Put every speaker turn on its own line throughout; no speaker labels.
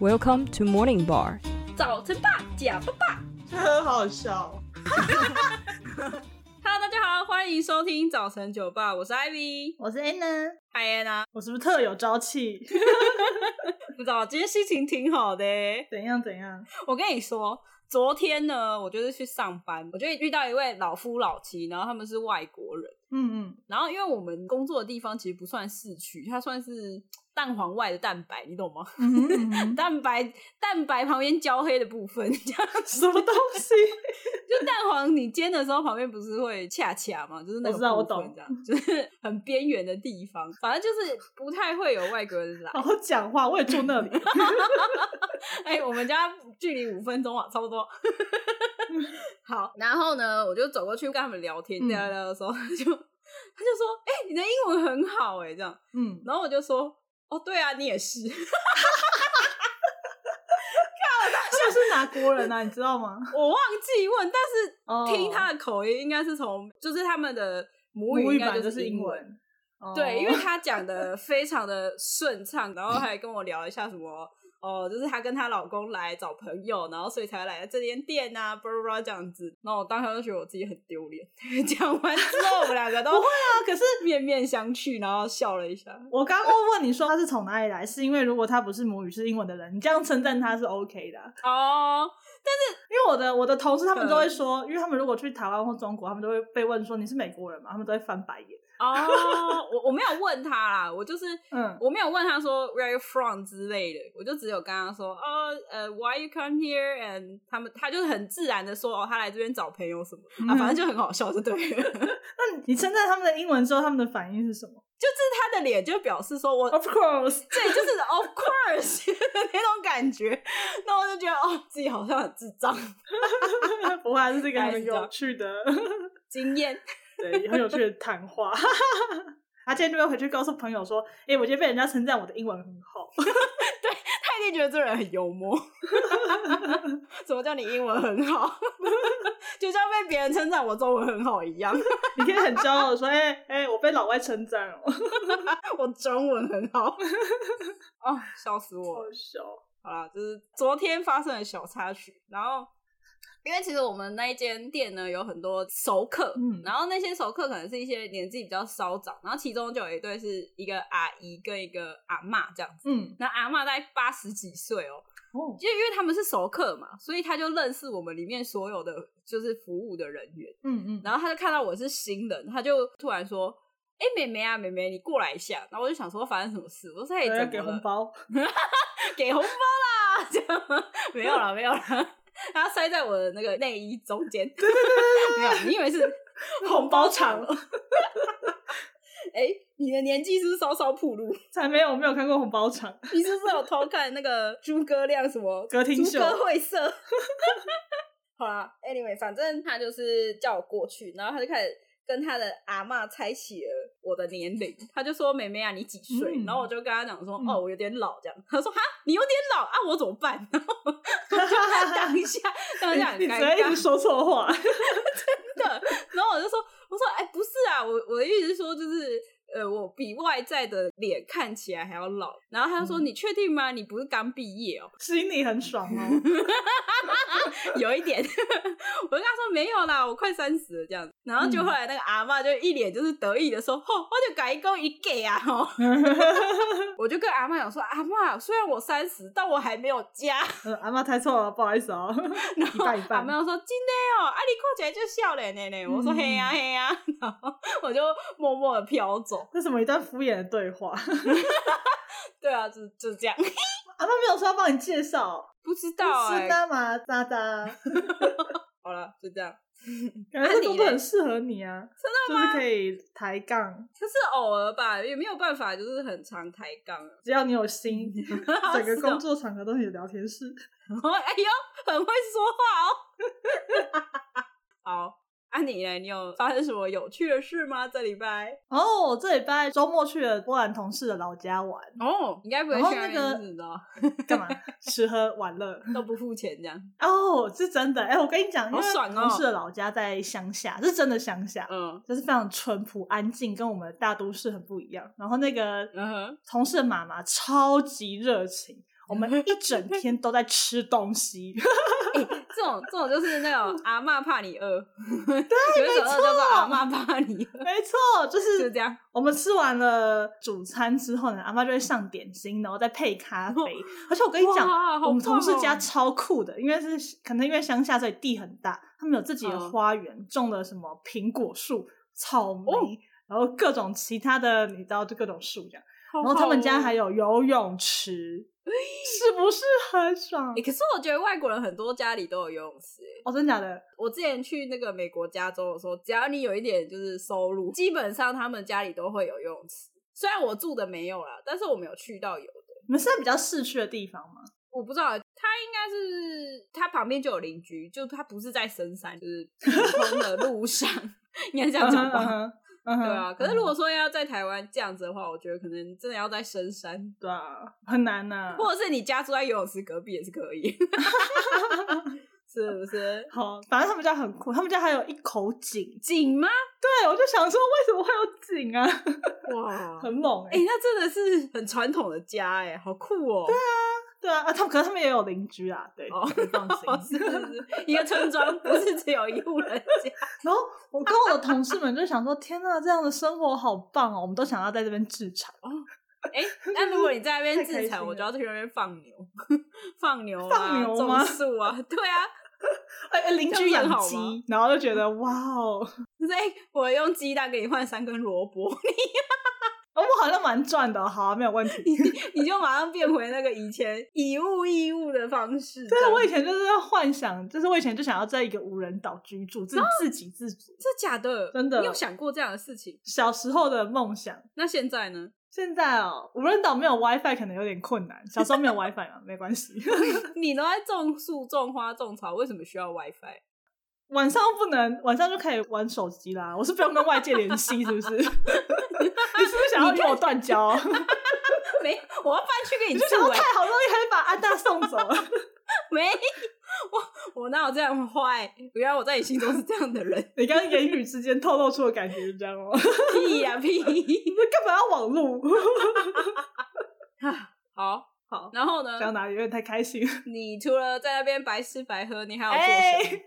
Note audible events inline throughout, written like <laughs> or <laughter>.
Welcome to Morning Bar。
早晨吧，假爸爸。
很好笑。
Hello，大家好，欢迎收听早晨酒吧，我是 Ivy，
我是 Anna，
嗨 Anna。
我是不是特有朝气？
不知道今天心情挺好的欸，
<laughs> 怎样怎样？
我跟你说。昨天呢，我就是去上班，我就遇到一位老夫老妻，然后他们是外国人，
嗯嗯，
然后因为我们工作的地方其实不算市区，它算是蛋黄外的蛋白，你懂吗？ <laughs>
嗯哼嗯哼
蛋白蛋白旁边焦黑的部分，这样
<laughs> 什么东西？
就 <laughs> 蛋黄你煎的时候旁边不是会恰恰吗？就是那个
我知道我
部分
懂
这样就是很边缘的地方，反正就是不太会有外国人来
好。好讲话，我也住那里。
哎、我们家距离五分钟啊，差不
<laughs>
多。好，然后呢，我就走过去跟他们聊天，
嗯
聊聊聊的时候，就他就说：“哎、你的英文很好哎、这样。”
嗯，
然后我就说：“哦，对啊，你也是。
<laughs>
<laughs>
是不是哪国人啊？你知道吗？”
我忘记问，但
哦
是听他的口音，应该是从就是他们的母
母
语
语
应该
版
就
就是
英
英
文。
文。哦
对，因为她讲的非常的顺畅，然后还跟我聊一下什么哦，就是她跟她老公来找朋友，然后所以才来这间店啊，巴拉巴拉这样子。然后我当时就觉得我自己很丢脸。 <laughs> 讲完之后，我们两个都
不会啊，可 <laughs> 是。
面面相觑，然后笑了一下。
我刚刚问你说他是从哪里来，是因为如果他不是母语是英文的人，你这样称赞他是 OK 的啊、
哦，
因为我的我的同事他们都会说，因为他们如果去台湾或中国，他们都会被问说你是美国人嘛，他们都会翻白眼。
哦，我我没有问他啦，我 <laughs> 就是
嗯，
我没有问他说 where are you from 之类的，我就只有跟他说哦，呃、why you come here and 他们他就是很自然的说哦，他来这边找朋友什么啊，
嗯
反正就很好笑，就对了。
那你你称赞他们的英文之后，他们的反应是什么
就是他的脸就表示说我，
？Of course， <laughs>
对，就是 of course <laughs> 那种感觉，那我就觉得哦，自己好像很智障，
不会啊，是这个
还是
很
这
有
样 <laughs>
趣的。
经验。
对，很有趣的谈话。 <laughs> 他今天就会回去告诉朋友说：“哎、我今天被人家称赞我的英文很好。 <laughs>
他一定觉得这人很幽默， <laughs> 什么叫你英文很好， <laughs> 就像被别人称赞我中文很好一样，”
你可以很骄傲的说：“哎、哎、我被老外称赞哦， <laughs>
我中文很好，哦，笑死我了
好。笑。
好啦，就是昨天发生的小插曲。然后，因为其实我们那一间店呢有很多熟客，
嗯
然后那些熟客可能是一些年纪比较稍长，然后其中就有一对是一个阿姨跟一个阿嬷这样子。”
嗯，
那阿嬷大概八十几岁哦，
哦，
就因为他们是熟客嘛，所以他就认识我们里面所有的就是服务的人员。
嗯嗯，
然后他就看到我是新人，他就突然说：“哎、妹妹啊，妹妹，你过来一下。”然后我就想说发生什么事，我说：“哎、
我
怎么
要
了
给红包。
给红包啦，这样没有啦，没有啦，然后塞在我的那个内衣中间， <laughs> 对对对对，没有，你以 <laughs> 为是
红包场？
<laughs> 哎、你的年纪是不是稍稍暴露？
才没有，我没有看过红包场。
你是不是有偷看那个诸葛亮什么
<laughs> 歌厅
诸
秀
葛会社？ <laughs> 好啦，anyway，反正他就是叫我过去，然后他就开始跟他的阿嬷猜起了我的年龄。他就说：“妹妹啊，你几岁？”
嗯
然后我就跟他讲说：“
嗯
哦，我有点老。”这样， <laughs> 他说：“哈，你有点老啊，我怎么办？” <laughs> 然后我就当下 <laughs> 当下很
<laughs> 你你
尴
只
尬，
会一直说错话。
的。然后我就说，我说，哎、不是啊，我我的意思是说就是。呃，我比外在的脸看起来还要老。然后他就说：“
嗯
你确定吗？你不是刚毕业哦
心里很爽哦。？” <laughs>
有一点，我 <laughs> 就跟他说：“没有啦，我快三十了这样子。”然后就
嗯
后来那个阿嬷就一脸就是得意的说：“吼、我就改一公一给啊！”
<laughs>
吼，我就跟阿嬷讲说：“阿嬷，虽然我三十，但我还没有家。”
呃阿妈猜错了，不好意思哦。 <laughs>
然后
一半一半
阿嬷说：“真的哦，啊，你看起来就笑脸呢呢。”我说：“
嗯
嘿呀、嘿呀、然后我就默默的飘走。
这什么一段敷衍的对话？ <laughs>
对啊，就就这样， <laughs>
阿妈没有说要帮你介绍，
不知道哎、
是大麻渣渣，
好了，就这样。
感觉这工作
那你嘞
很适合你啊，真的吗？就是可以抬杠。
可是偶尔吧，也没有办法，就是很常抬杠啊。
只要你有 <laughs> 心，整个
是哦
工作场合都是你的聊天室。
<laughs> 哎呦，很会说话哦。 <laughs> 好，啊你嘞，你有发生什么有趣的事吗？这礼拜
<laughs> 哦，我这礼拜周末去了波兰同事的老家玩，
哦，你该不会
然后
去那
那个
个你知道
干嘛？吃喝玩乐。
都不付钱这样？
哦，是真的。哎、我跟你讲，因
好
为
爽哦
同事的老家在乡下，是真的乡下。
<laughs> 嗯
就是非常淳朴安静，跟我们大都市很不一样。然后那个
嗯哼，
同事的妈妈超级热情，我们一整天都在吃东西， <laughs>
这种这种就是那 <laughs> 种阿嬷怕你饿，对， <laughs> 有一首
没
歌
错
叫做阿嬷怕你饿，
没错，就
就是
是
这样。
我们吃完了主餐之后呢，阿妈就会上点心，然后再配咖啡。而且我跟你讲，
哇好
我们同事
棒哦
家超酷的，因为是可能因为乡下所以地很大，他们有自己的
嗯
花园，种了什么苹果树、草莓，
哦
然后各种其他的，你知道，就各种树这样。
然
然后他们
哦
家还有游
<laughs>
泳池，
哎
是不是很爽
欸，？可是我觉得外国人很多家里都有游泳池、欸。
哦，真假的？
我之前去那个美国加州的时候，只要你有一点就是收入，基本上他们家里都会有游泳池。虽然我住的没有啦，但是我没有去到有的。
你们是在比较市区的地方吗？
我不知道，他应该是他旁边就有邻居，就他不是在深山，就是普通的路上， <laughs> 应该这样讲
嗯
吧。
哼嗯哼
对啊，可是
嗯
如果说要在台湾这样子的话，我觉得可能真的要在深山，
对啊，很难呐、
或者是你家住在游泳池隔壁也是可
<laughs>
以， <laughs> 是不是？
好，反正他们家很酷，他们家还有一口井。
紧吗？
对，我就想说，为什么会有井啊？
哇，
很猛哎、
哎、那真的是很传统的家哎、好酷哦、
对啊，啊，他们可是他们也有邻居啊，对，
哦
你放
是
心。 <laughs>
是是，一个村庄不是只有一户人家，
然后我跟我的同事们就想说，天呐，这样的生活好棒哦，我们都想要在这边置产，
哎、那如果你在那边
太开
自
心
产，我就
了
要去那边放牛，放牛啊，
放牛吗
种树啊，对啊，
哎、哎邻居
这样
养
很好吗
鸡，然后就觉得哇哦，
就是哎、我用鸡蛋给你换三根萝卜，
哦我好像蛮赚的哦，好、啊，没有问题。
你就马上变回那个以前以物易物的方式。
对
这
啊，
样
我以前就是幻想，就是我以前就想要在一个无人岛居住，
啊
自自给自足，
这假的，
真的
你有想过这样的事情？
小时候的梦想。
那现在呢？
现在哦，无人岛没有 WiFi 可能有点困难。小时候没有 WiFi 嘛，没关系。
你都在种树、种花、种草，为什么需要 WiFi？
晚上不能，晚上就可以玩手机啦。我是不用跟外界联系，是不 <laughs> 是？你是不是想要
你
跟我断交？ <laughs> 你
没，我要搬去给你
就想
住
说
哎、
太好，终于可以把啊安大送走 <laughs> 了。
<laughs> 没，我我哪有这样坏？原来我在你心中是这样的人，
你刚刚言语之间透露出的感觉是这样
<laughs>
哦，你
屁呀、屁！
们根本要网路。 <laughs>
好，
好，
然后呢
讲？到哪里有点太开心了。
你除了在那边白吃白喝，你还有
哎
做什么？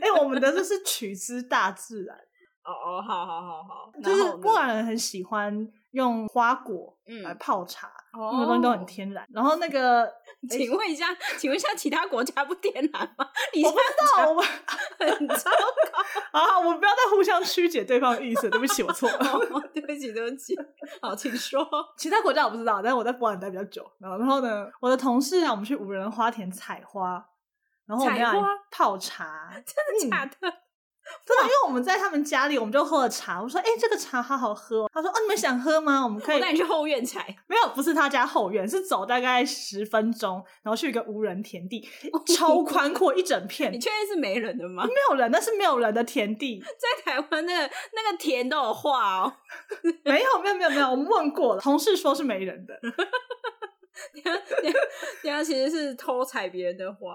哎，我们的这是取之大自
<laughs>
然，
哦哦，好好好好，
就
然
是
后呢
波兰人很喜欢用花果
嗯
来泡茶，
哦
他们东西都很天然。然后
<laughs>
那个
请问一下，请问一下，其他国家不天然吗？你
我不知 <laughs> 道，我们
很糟
啊，我们不要再互相曲解对方的意思，对不起，我错了。
糕。 <laughs> 对不起，对不起。好，请说。
其他国家我不知道，但是我在波兰待比较久。然后，然后呢，我的同事啊让我们去无人花田采花，然后我们
采
要
花
来泡茶，嗯
真的假的？
哎真的，因为我们在他们家里，我们就喝了茶。我说：“哎、这个茶好好喝、哦。”他说：“哦，你们想喝吗？我们可以
我。哦带你去后院采。”
没有，不是他家后院，是走大概十分钟，然后去一个无人田地，超宽阔一整
<laughs>
片，
你
没
确定是没人的吗？
有人，但是没有人的田地，
在台湾那个那个田都有画哦，
没有，没有，没有，没有。我们问过了，同事说是没人的，
人啊家其实是偷采别人的花。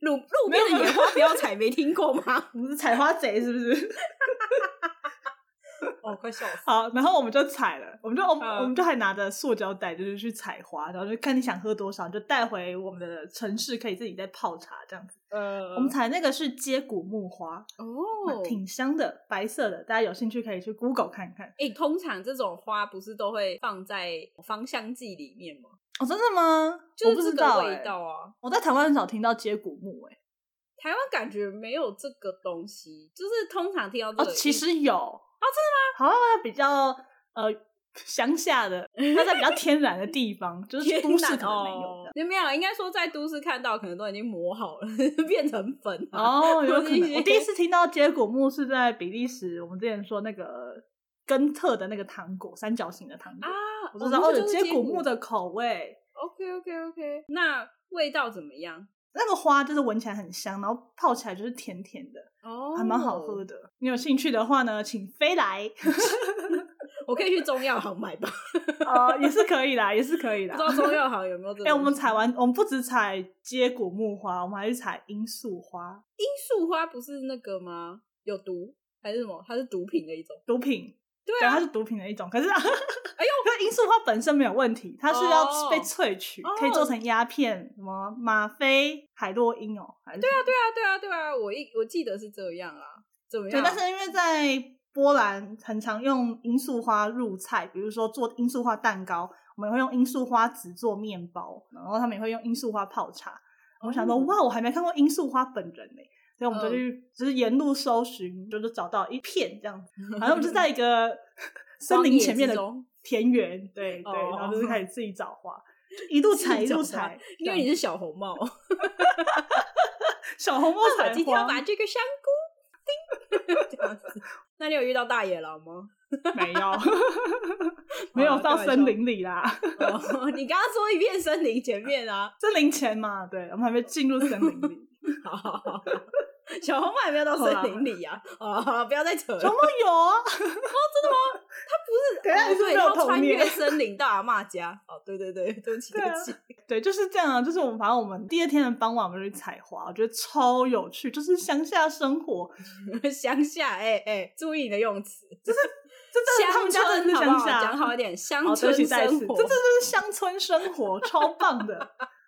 路路
没
边
有
的野花不要采，没听过吗？
<laughs> 我们是采花贼是不是？
哦，快笑死！
好，然后我们就采了，我们就我们、
嗯
我们就还拿着塑胶袋，就是去采花，然后就看你想喝多少，你就带回我们的城市，可以自己再泡茶这样子。
呃
我们采那个是接骨木花，
哦，
挺香的，白色的，大家有兴趣可以去 Google 看看。
哎、通常这种花不是都会放在芳香剂里面吗？
哦，真的吗？
就
我不
是
知
这个
道、
味
欸，
道啊。
我在台湾很少听到接骨木、欸，
台湾感觉没有这个东西，就是通常听到这
哦
个，，
其实有，哦，真的吗？好像比较呃乡下的，它在比较天然的地方，就是
天
都市
然
可能没有
哦
的。，
没有啦，应该说在都市看到可能都已经磨好了， <laughs> 变成粉 <laughs> 啊。
哦，有
或
可
是一
能。
些
我第一次听到接骨木是在比利时，我们之前说那个根特的那个糖果，三角形的糖果，
啊，
我就知道哦，
那
有
就是
接骨
骨
木。的口味。
OK OK OK，那味道怎么样？
那个花就是闻起来很香，然后泡起来就是甜甜的，
哦
还蛮好喝。的。你有兴趣的话呢，请
<laughs>
飞来，
我可以去中药行买吧， <laughs>
呃，也是可以啦，也是可以
不
啦
知。道中药行有没有这。
哎、我们采完，我们不只采接骨木花，我们还去采罂粟花，
罂粟花不是那个吗？有毒还是什么？它是毒品的一种。
毒品。
对
对，
啊
它，是毒品的一种。可是，哎呦， <laughs> 可是罂粟花本身没有问题，它是
哦
要被萃取，
哦
可以做成鸦片，什么吗啡、海洛因哦，还是对啊，
对啊，对啊，对啊，我一我记得是这样啊，怎么
对，
样？
但是因为在波兰很常用罂粟花入菜，比如说做罂粟花蛋糕，我们也会用罂粟花籽做面包，然后他们也会用罂粟花泡茶。我想说，
哦
哇，我还没看过罂粟花本人呢、所以我们就
嗯
去，就是沿路搜寻，就是找到一片这样
<laughs>
子，反正我们就在一个森林前面的
荒野之中
田园，对对，
哦
然后就是开始自己找
<laughs>
花，就一路采一路
自己找花
采，
因为你是小红帽，
小红帽
啊我
采
今天要
花，
把这个香菇叮 <laughs> 这样子。那你有遇到大野狼吗？
没有，
<laughs>
没有
哦
到
开玩
森
笑
林里啦。
哦， <laughs> 你刚刚说一片森林前面啊，
森林前嘛，对，我们还没进入森
<laughs>
林里。
好好好好小红帽也没有到森林里呀、啊，啊，不要再扯了，
小梦有
<laughs>
啊，
哦不哦
等一下你是不
对，
是没有
要
童
穿
年
越森林到阿嬷家。哦，对对对，对不起，
对
对
啊
不起，
对，就是这样啊。就是我们，反正我们第二天的傍晚，我们就去采花，我觉得超有趣，就是乡下生活，
乡下，哎、哎、注意你的用词，
这真的，他
乡
们家真的
村
是
好不
乡
好？
下，
讲好一点，乡
哦对不
村
起再一次
生活，
这这就是乡村生活，超棒的。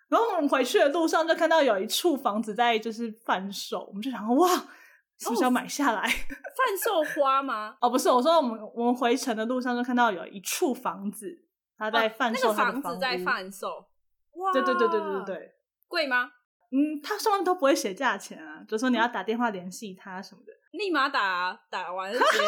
然后我们回去的路上就看到有一处房子在就是贩售，我们就想哇，是
哦
不是要买下来？ <laughs>
贩售花吗？
哦，不是，我说我们我们回程的路上就看到有一处房子，他 <laughs> 在
哦
贩
那个
售他的
房子在
屋
贩哦售，哇，
对对对对对对，对。
贵吗？
嗯，他上面都不会写价钱啊，就说你
嗯
要打电话联系他什么的。
立马打打完就直接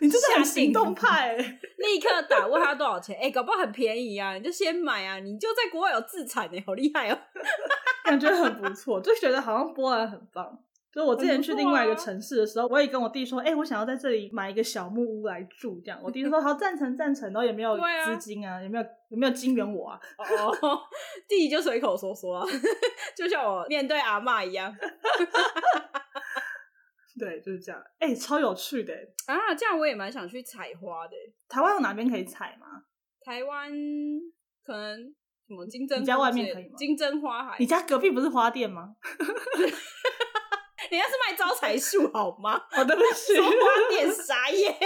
你真的很
下定
行动派、欸，
立刻打问他多少钱？哎、 <laughs> 搞不好很便宜啊，你就先买啊，你就在国外有自产哎、好厉害
<laughs>
哦！
<laughs> 感觉很不错，就觉得好像波兰很棒。就我之前去
很不错啊
另外一个城市的时候，我也跟我弟说，哎、我想要在这里买一个小木屋来住，这样。我弟就说好，赞成赞成，然后也没有
对啊
资金啊，也没有也没有金援我啊，
哦，弟弟就随口说说啊， <laughs> 就像我面对阿嬷一样
对，就是这样。哎、超有趣的欸、
啊。这样我也蛮想去采花的欸、
台湾有哪边可以采吗？
台湾可能什么金针，
你家外面可以吗
金针花
<laughs>
海，
你家隔壁不是花店 <laughs> 吗？
人家是卖招财树好
<laughs>
吗？
哦，对不起，
花店啥耶？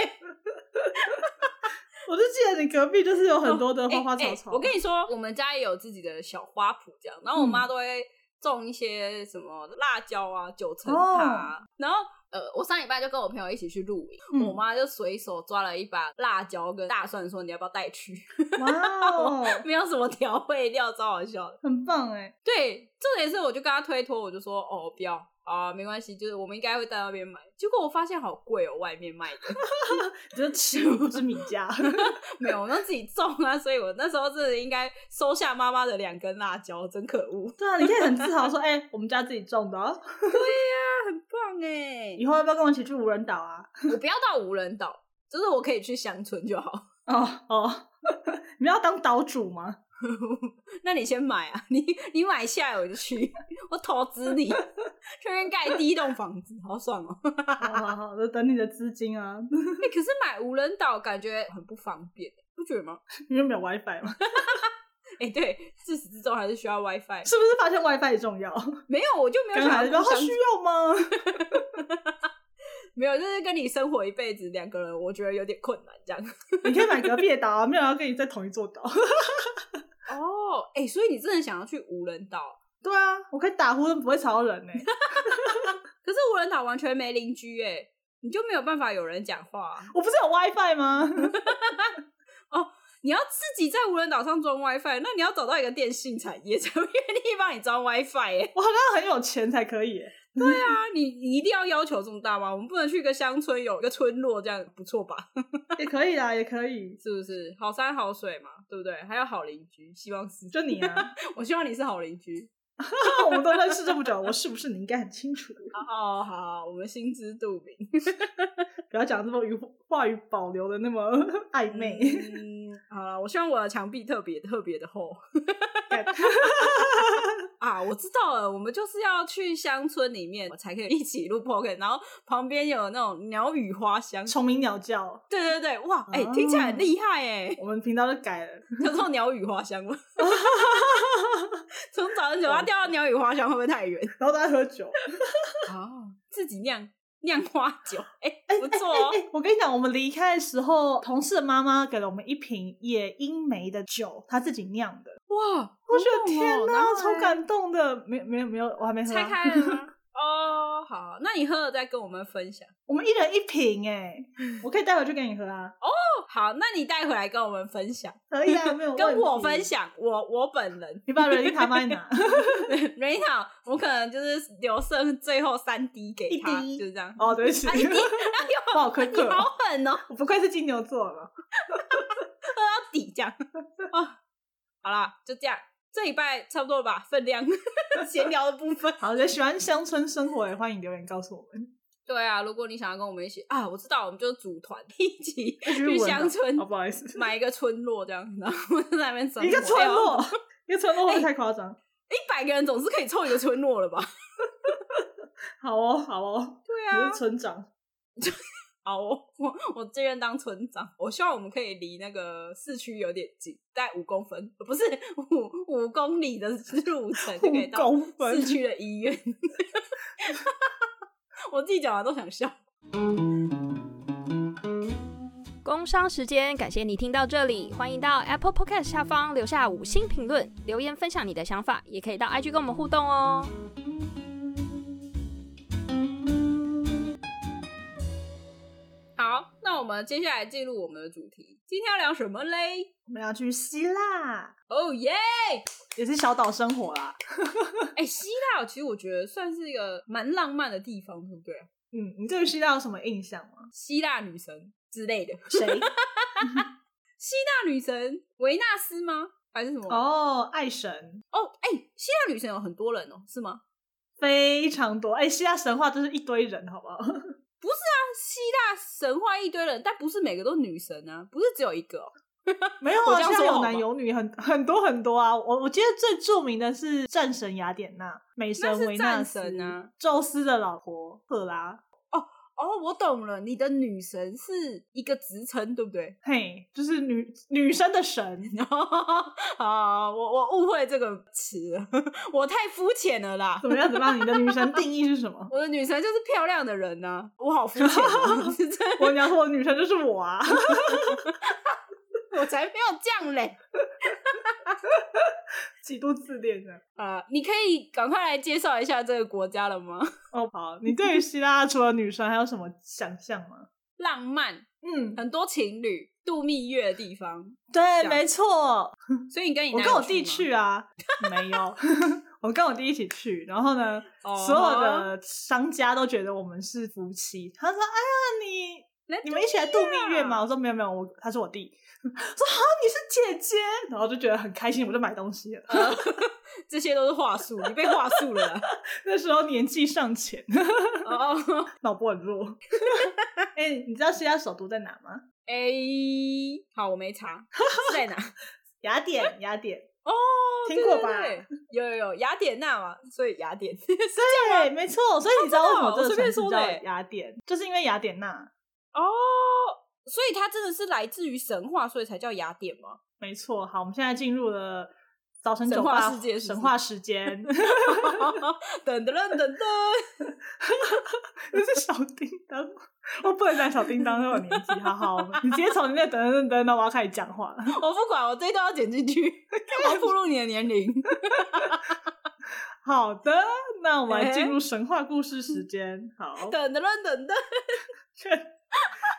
我就记得你隔壁就是有很 <laughs> 多的花花
欸欸
草草。啊
我跟你说，我们家也有自己的小花圃，这样，然后我
嗯
妈都会种一些什么辣椒啊、九层塔、啊然后。呃，我上礼拜就跟我朋友一起去露营，
哦嗯
我妈就随手抓了一把辣椒跟大蒜，说你要不要带去？ <laughs>
哇 <laughs> 哦，
没有什么调味料，超好笑的。
很棒哎、
对，重点是我就跟她推脱，我就说哦不要啊，没关系，就是我们应该会在那边买。结果我发现好贵哦，外面卖的。 <laughs>
就是吃不知米 <laughs> 家，
没有，我要自己种啊，所以我那时候真的应该收下妈妈的两根辣椒，真可恶。
<laughs> 对啊，你可以很自豪说，哎、我们家自己种的、哦，
很棒哎
以后要不要跟我一起去无人岛啊？
<laughs> 我不要到无人岛，就是我可以去乡村就好。 <laughs>
哦哦， <laughs> 你们要当岛主吗？
那你先买啊，你你买下来我就去， <laughs> 我投资你，顺便盖第一栋房子，好爽哦。 <laughs>
好好好，就等你的资金啊， <laughs>
哎、可是买无人岛感觉很不方便，不觉得吗？ <laughs>
你就没有 WiFi 吗？
哎、对，自始至终还是需要 WiFi。
是不是发现 WiFi 重要？
没有，我就没有
跟孩
想
子
要
说，
互
他
相
需要吗？ <laughs>
没有，就是跟你生活一辈子两个人，我觉得有点困难这样。
你可以买隔壁的岛啊，没有人要跟你在同一座岛。
哦， <laughs> 哎、所以你真的想要去无人岛？
对啊，我可以打呼，都不会吵到人呢、
可是无人岛完全没邻居哎、你就没有办法有人讲话啊、
我不是有 WiFi 吗？ <laughs>
你要自己在无人岛上装 WiFi，那你要找到一个电信产业才会愿意帮你装 WiFi 哎。
我好像很有钱才可以、欸。
对啊，你你一定要要求这么大吗？我们不能去一个乡村有一个村落这样不错吧？
也可以啊，也可以，
是不是？好山好水嘛，对不对？还有好邻居，希望是。
就你啊， <laughs>
我希望你是好邻居。
我们都认识这么久，我是不是你应该很清楚的？
哦，好，我们心知肚明。
不要讲这么语话语保留的那么 <laughs> 暧昧。 <laughs>
嗯，好了，我希望我的墙壁特别特别的厚。 <laughs> 啊，我知道了，我们就是要去乡村里面才可以一起录 p o c k e t 然后旁边有那种鸟语花香。
虫鸣鸟叫，
对对对，哇，哎、
哦
听起来很厉害哎，
我们频道就改了。
叫做鸟语花
<laughs>
香吗？ <laughs> 从早上九八掉到鸟语花香会不会太远？
然后大家喝酒，
哦，自己酿酿花酒，哎、不错
哎、
哦。
哎我跟你讲，我们离开的时候，同事的妈妈给了我们一瓶野樱梅的酒，她自己酿的。
哇，
我觉得
好
天
猛哦然
哪，
后嘞
超感动的。没有没有没有，我还没喝啊
拆
完。
开了吗？哦，好，那你喝了再跟我们分享。
我们一人一瓶哎、我可以带回去给你
<laughs>
喝啊，
哦，好，那你带回来跟我们分享，
可以啊，没有
<laughs>
问
跟
题
我分。享，我我本人 <laughs>
你把瑞丽塔帮你拿，
没有，我可能就是留剩最后三滴给他，
一滴
就是这
<laughs>
样。
<laughs> 哦，对不起，
哎呦
不好苛
<laughs> 你
刻
好
哦，
狠哦，
我不愧是金牛座了。
到底这样哦。好啦，就这样，这礼拜差不多了吧，分量闲聊的部分。 <laughs>
好，也喜欢乡村生活的，欢迎留言告诉我们。
对啊，如果你想要跟我们一起啊，我知道，我们就组团一起
日
去
文啊
乡村
哦，不好意思，
买一个村落这样，然后在那边生活哎
一个村落， <laughs> 一个村落会不会太夸张？
一百个人总是可以凑一个村落了吧？
好哦，好哦，
对啊
你是村长，
好，我 <laughs> 我我自愿当村长。我希望我们可以离那个市区有点近，大概五公分，呃不是五五公里的路程就可以
五
到
公分
市，区的医
<laughs>
院。我自己讲完都想笑。
工商时间，感谢你听到这里，欢迎到 Apple Podcast 下方留下五星评论，留言分享你的想法，也可以到 IG 跟我们互动哦。
好，那我们接下来进入我们的主题，今天要聊什么嘞？
我们要去希腊，
哦耶！
也是小岛生活啦。
哎，希腊其实我觉得算是一个蛮浪漫的地方，对不对？
嗯，你对于希腊有什么印象吗？
希腊女神之类的，
谁？
希腊女神维纳斯吗？还是什么？
<laughs> 哦，爱神
哦，哎、希腊女神有很多人哦，是吗？
非常多。哎、希腊神话就是一堆人，好不好？ <laughs>
但希腊神话一堆人，但不是每个都女神啊，不是只有一个、哦。
没有
我
啊，
这样
希
说
腊
好
有
吗
男有女，很很多很多啊。我我记得最著名的是战神雅典娜，美
那
神
是
维纳
战
斯
神啊
宙斯的老婆赫拉。
哦，我懂了，你的女神是一个职称，对不对？ <laughs>
嘿，就是女女生的神，
啊，我我误会这个词了， <laughs> 我太肤浅了啦？
怎。么样？怎么样？你的女神定义是什么
我的女神就是漂亮的人呐、我好肤浅、哦， <laughs> 是真
我娘说，我的女神就是我啊！
我才没有这样嘞。
极度自恋的。
啊、你可以赶快来介绍一下这个国家了吗？ <laughs>
哦，好，你对于希腊除了女神还有什么想象吗？
浪漫，
嗯，
很多情侣度蜜月的地方，
对，
呃想
没错，
所以你跟你
我
男
跟
友
我弟
吗
去啊，没有， <laughs> 我跟我弟一起去，然后呢，
哦
所有的商家都觉得我们是夫妻，他说：“哎呀，你
来
你们一起来度蜜
啊
月吗？”我说：“没有没有，我他是我弟。” <laughs> 我说：“好，你是姐姐。”然后就觉得很开心，我就买东西了。 <laughs>
呃，这些都是话术，你被话术了啦。
那时候年纪尚浅，
哦，
脑波很弱。 <laughs> 哎、你知道希腊首都在哪吗？
哎、好，我没查是
<laughs>
在哪。
雅典，雅典。
哦，
听过吧
对对对有有有，雅典娜嘛，所以雅典 <laughs> 是
对，没错。所以你知道为什么
真的哦
这
我随
个
便说
城市
的
叫
欸
雅典，就是因为雅典娜。
哦，所以它真的是来自于神话，所以才叫雅典吗？ <laughs>
没错。好，我们现在进入了早晨
神
酒
话
吧
世界是不是
神话时间。 <laughs>
等等等等，
你是小叮当，我不能讲小叮当，那我年纪。好好，你直接从你那等等等等，我要开始讲话了。
我不管，我这一段要剪进
<laughs>
去，干嘛暴露你的年龄？
好的，那我们来
哎
进入神话故事时间。
<laughs>
好，
等等等等等，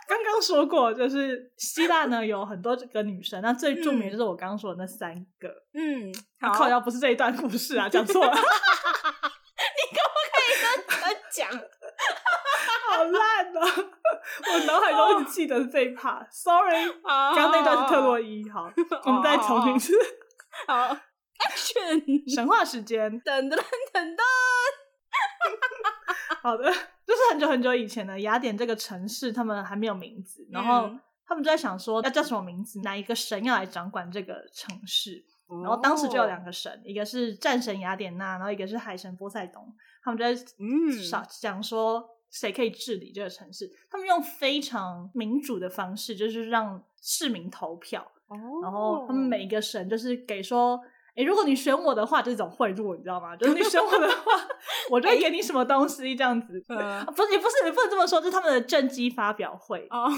刚刚说过，就是希腊呢有很多个女神，那最著名的就是我刚刚说的那三个。
嗯，
靠，
好，
要不是这一段故事啊，讲
<laughs>
错了，
呃讲
好烂哦！我脑海中一直记得这一 part，sorry。
好，
<laughs> 刚刚那段是特洛伊，
哦
好，我们再重新一次。
好，Action，
<laughs> 神话时间，
等等等等，
好的，就是很久很久以前呢，雅典这个城市他们还没有名字，然后
嗯
他们就在想说要叫什么名字，哪一个神要来掌管这个城市。哦然后当时就有
哦
两个神，一个是战神雅典娜，然后一个是海神波塞冬，他们就在
嗯
想想说谁可以治理这个城市。他们用非常民主的方式，就是让市民投票，
哦，
然后他们每一个神就是给说，诶，如果你选我的话，就是一种贿赂，你知道吗？就是你选我的
<laughs>
话，我就会给你什么东西这样子。
嗯
啊不是，也不是，也不能这么说，就是他们的政绩发表会。
哦，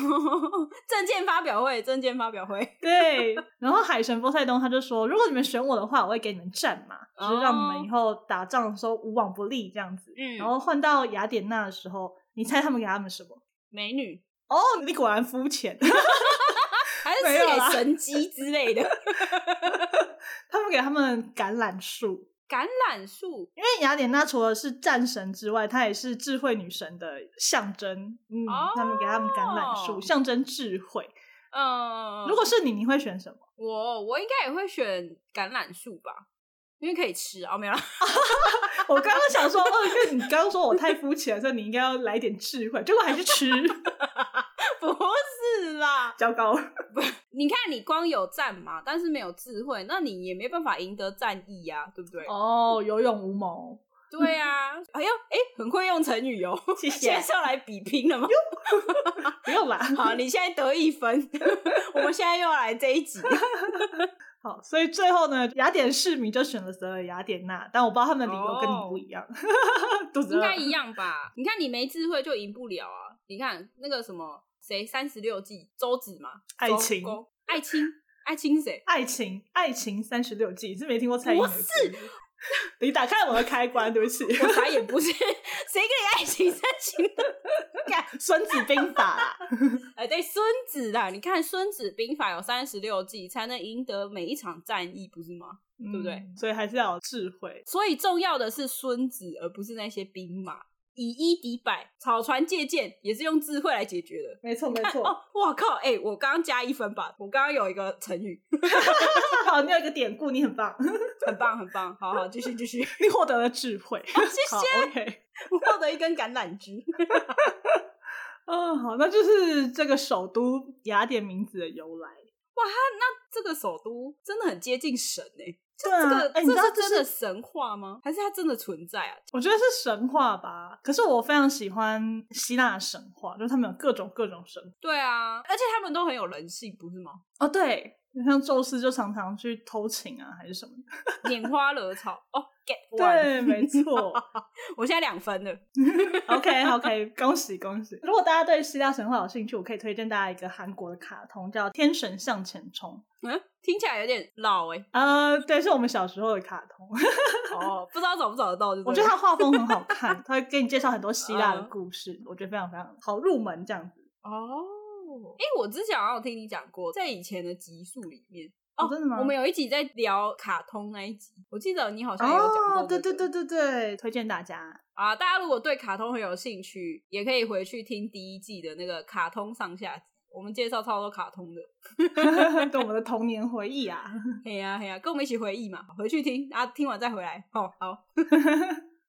<laughs> 证件发表会，证件发表会，
对，然后海神波塞冬他就说，如果你们选我的话，我会给你们战马，就是让你
哦
们以后打仗的时候无往不利这样子。
嗯
然后换到雅典娜的时候，你猜他们给他们什么？
美女
哦，你果然肤浅。 <laughs>
还是
没有
赐给
啦
神机之类的
<laughs> 他们给他们橄榄树，
橄榄树，
因为雅典娜除了是战神之外，她也是智慧女神的象征。嗯，
哦
他们给他们橄榄树，象征智慧。
嗯，
如果是你，你会选什么？ <laughs>
我我应该也会选橄榄树吧，因为可以吃哦，没有啦， <laughs>
我刚刚想说，哦，因为你刚刚说我太肤浅了，所以你应该要来点智慧，结果还是吃 <laughs>
不是啦，
糟糕。
你看你光有战嘛，但是没有智慧，那你也没办法赢得战役呀、对不对？
哦，有勇无谋，
对啊，哎呦，哎，很会用成语哦，
谢谢
现在是要来比拼 <laughs> 了吗？
不用啦。 <laughs>
好，你现在得一分，我们现在又要来这一集，
好，所以最后呢，雅典市民就选了择了雅典娜，但我不知道他们的理由跟你不一样，肚
<laughs> 哦
子
应 <laughs>
饿
该一样吧？你看你没智慧就赢不了啊！你看那个什么谁三十六计，周子嘛，
爱
周
情
公爱卿，爱卿谁？
爱情，爱情三十六计，你是没听过蔡依林？
不
是， <laughs> 你打开了我的开关，对不起，
我啥也不是，谁 <laughs> 跟你爱情三情的？
看《孙子兵法》啊啦。
哎，对，孙子啦，你看《孙子兵法》有三十六计，才能赢得每一场战役，不是吗？ <laughs> 对不对
嗯？所以还是要有智慧。
所以重要的是孙子，而不是那些兵马。以一敌百，草船借箭也是用智慧来解决的。
没错，没
<laughs> 哦，我靠！哎、我刚刚加一分吧，我刚刚有一个成语，
好，你有一个典故，你很棒，
很棒，很棒。好好，继续继续，
你获得了智慧。
哦谢
好
谢。
，OK，
我获得一根橄榄枝。
嗯，好，那就是这个首都雅典名字的由来。
这个首都真的很接近神哎、就
对啊
这个、
哎你知
这
道
是
就是
真的神话吗？还是它真的存在啊？
我觉得是神话吧，可是我非常喜欢希腊神话，就是他们有各种各种神
对啊，而且他们都很有人性，不是吗？
哦，对，像宙斯就常常去偷情啊，还是什么的。
拈花惹草哦，get
对，
one，
<laughs> 没错。
我现在两分了。
OK OK，恭喜恭喜！如果大家对希腊神话有兴趣，我可以推荐大家一个韩国的卡通，叫《天神向前冲
嗯，听起来有点老哎、》。
呃，对，是我们小时候的卡通。
哦，不知道找不找得到就对了，
我觉得它画风很好看，它会给你介绍很多希
嗯
腊的故事，我觉得非常非常好入门这样子。
哦，哎、我之前好像有听你讲过，在以前的集数里面。
哦真的吗
我们有一集在聊卡通那一集，我记得你好像也有讲过、
哦，对对对对对，推荐大家。
啊！大家如果对卡通很有兴趣，也可以回去听第一季的那个卡通上下集，我们介绍超多卡通的。
<laughs> 对我们的童年回忆啊。
嘿呀、嘿呀、跟我们一起回忆嘛，回去听啊，听完再回来。哦，好，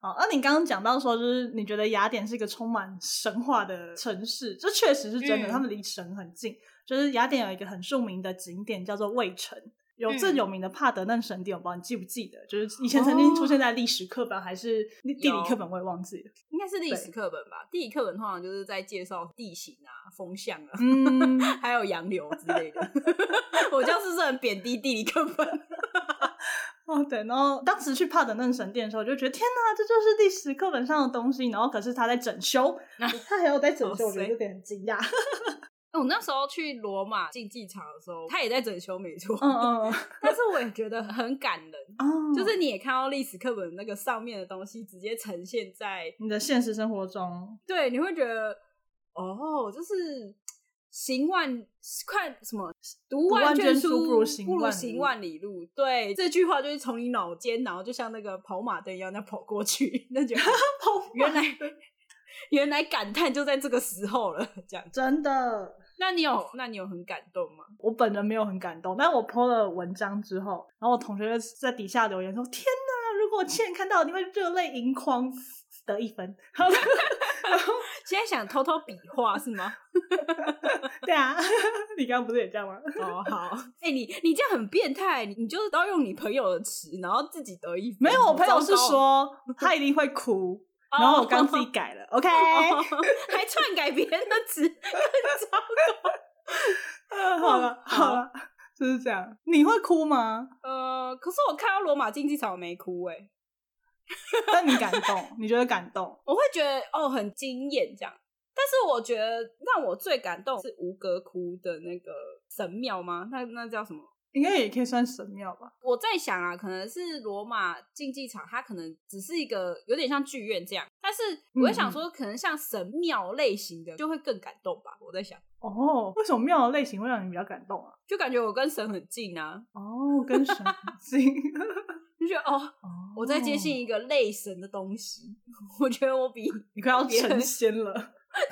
好，那你刚刚讲到说，就是你觉得雅典是一个充满神话的城市，这确实是真的，
嗯
他们离神很近。就是雅典有一个很著名的景点叫做卫城，有最
嗯
有名的帕德嫩神殿，我不知道你记不记得，就是以前曾经出
哦
现在历史课本、还是地理课本，我也忘记了。
应该是历史课本吧？地理课本通常就是在介绍地形啊、风向啊， <laughs>
嗯， <laughs>
还有洋流之类的。 <laughs> 我这样是不是很贬低地理课本？
哦对，然后当时去帕德嫩神殿的时候，我就觉得天哪，这就是历史课本上的东西。然后可是他在整修，
啊
他还有在整修，我觉得有点很惊讶。 <laughs>
我那时候去罗马竞技场的时候，他也在整修，没错。
嗯嗯
<laughs> 但是我也觉得很感人，
嗯，哦
就是你也看到历史课本那个上面的东西直接呈现在，
你的现实生活中，
对，你会觉得哦，就是行万看什么，读
万
卷
卷书
书
不如行万里
行
路
万里路。对，这句话就是从你脑间，然后就像那个跑马灯一样，那样跑过去， <laughs> 那
<laughs>
觉得原来原来感叹就在这个时候了，这样。
真的，
那你有那你有很感动吗？
我本人没有很感动，但我 PO 了文章之后，然后我同学就在底下留言说：“天哪，如果我亲眼看到，你会热泪盈眶。”得一分，
现在想偷偷比划是
<laughs>
吗？
对啊， <laughs> 你刚刚不是也这样吗？
哦，好， <laughs> 哎、你你这样很变态，你你就是都要用你朋友的词，然后自己得一分。
没有，我朋友是
糟糕，
说他一定会哭，
哦
然后我刚自己改了，OK， <laughs>
哦 <laughs> 还篡改别人的词，更糟糕。
<laughs> 好了好了，就是这样。你会哭吗？
<laughs> 呃，呃，可是我看到罗马竞技场我没哭哎、
但你感动，你觉得感动？
我会觉得哦很惊艳这样。但是我觉得让我最感动是吴哥窟的那个神庙吗？那那叫什么？
应该也可以算神庙吧？
我在想啊，可能是罗马竞技场，它可能只是一个有点像剧院这样，但是我在想说，可能像神庙类型的就会更感动吧。我在想，
哦，为什么庙的类型会让你比较感动啊？
就感觉我跟神很近啊，
哦，跟 <laughs> 神很近。
就觉得哦，
哦
我在接近一个类神的东西， <laughs> 我觉得我比
你快要
别人
成仙
<laughs>
了，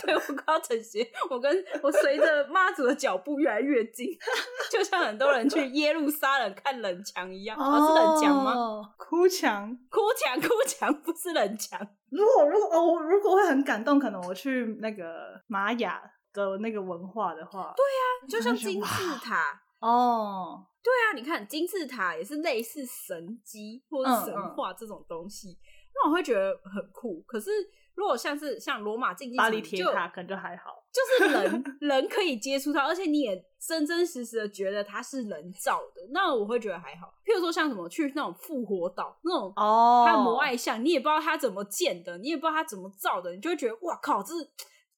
对我高成贤，我跟我随着妈祖的脚步越来越近， <laughs> 就像很多人去耶路撒冷看冷墙一样，啊、是冷墙吗？
吗？哭墙。
哭墙，哭墙不是冷墙。
如果如果哦，我如果会很感动，可能我去那个玛雅的那个文化的话，对
就像金字塔。
哦，
对啊，你看金字塔也是类似神机或者神话这种东西，那我会觉得很酷。可是如果像是像罗马竞技
巴
场，
黎
就
铁塔可能就还好。
就是人人可以接触到，而且你也真真实实的觉得它是人造的，那我会觉得还好。譬如说像什么去那种复活岛那种，
哦
它的摩艾像，你也不知道它怎么建的，你也不知道它怎么造的，你就会觉得哇靠，这是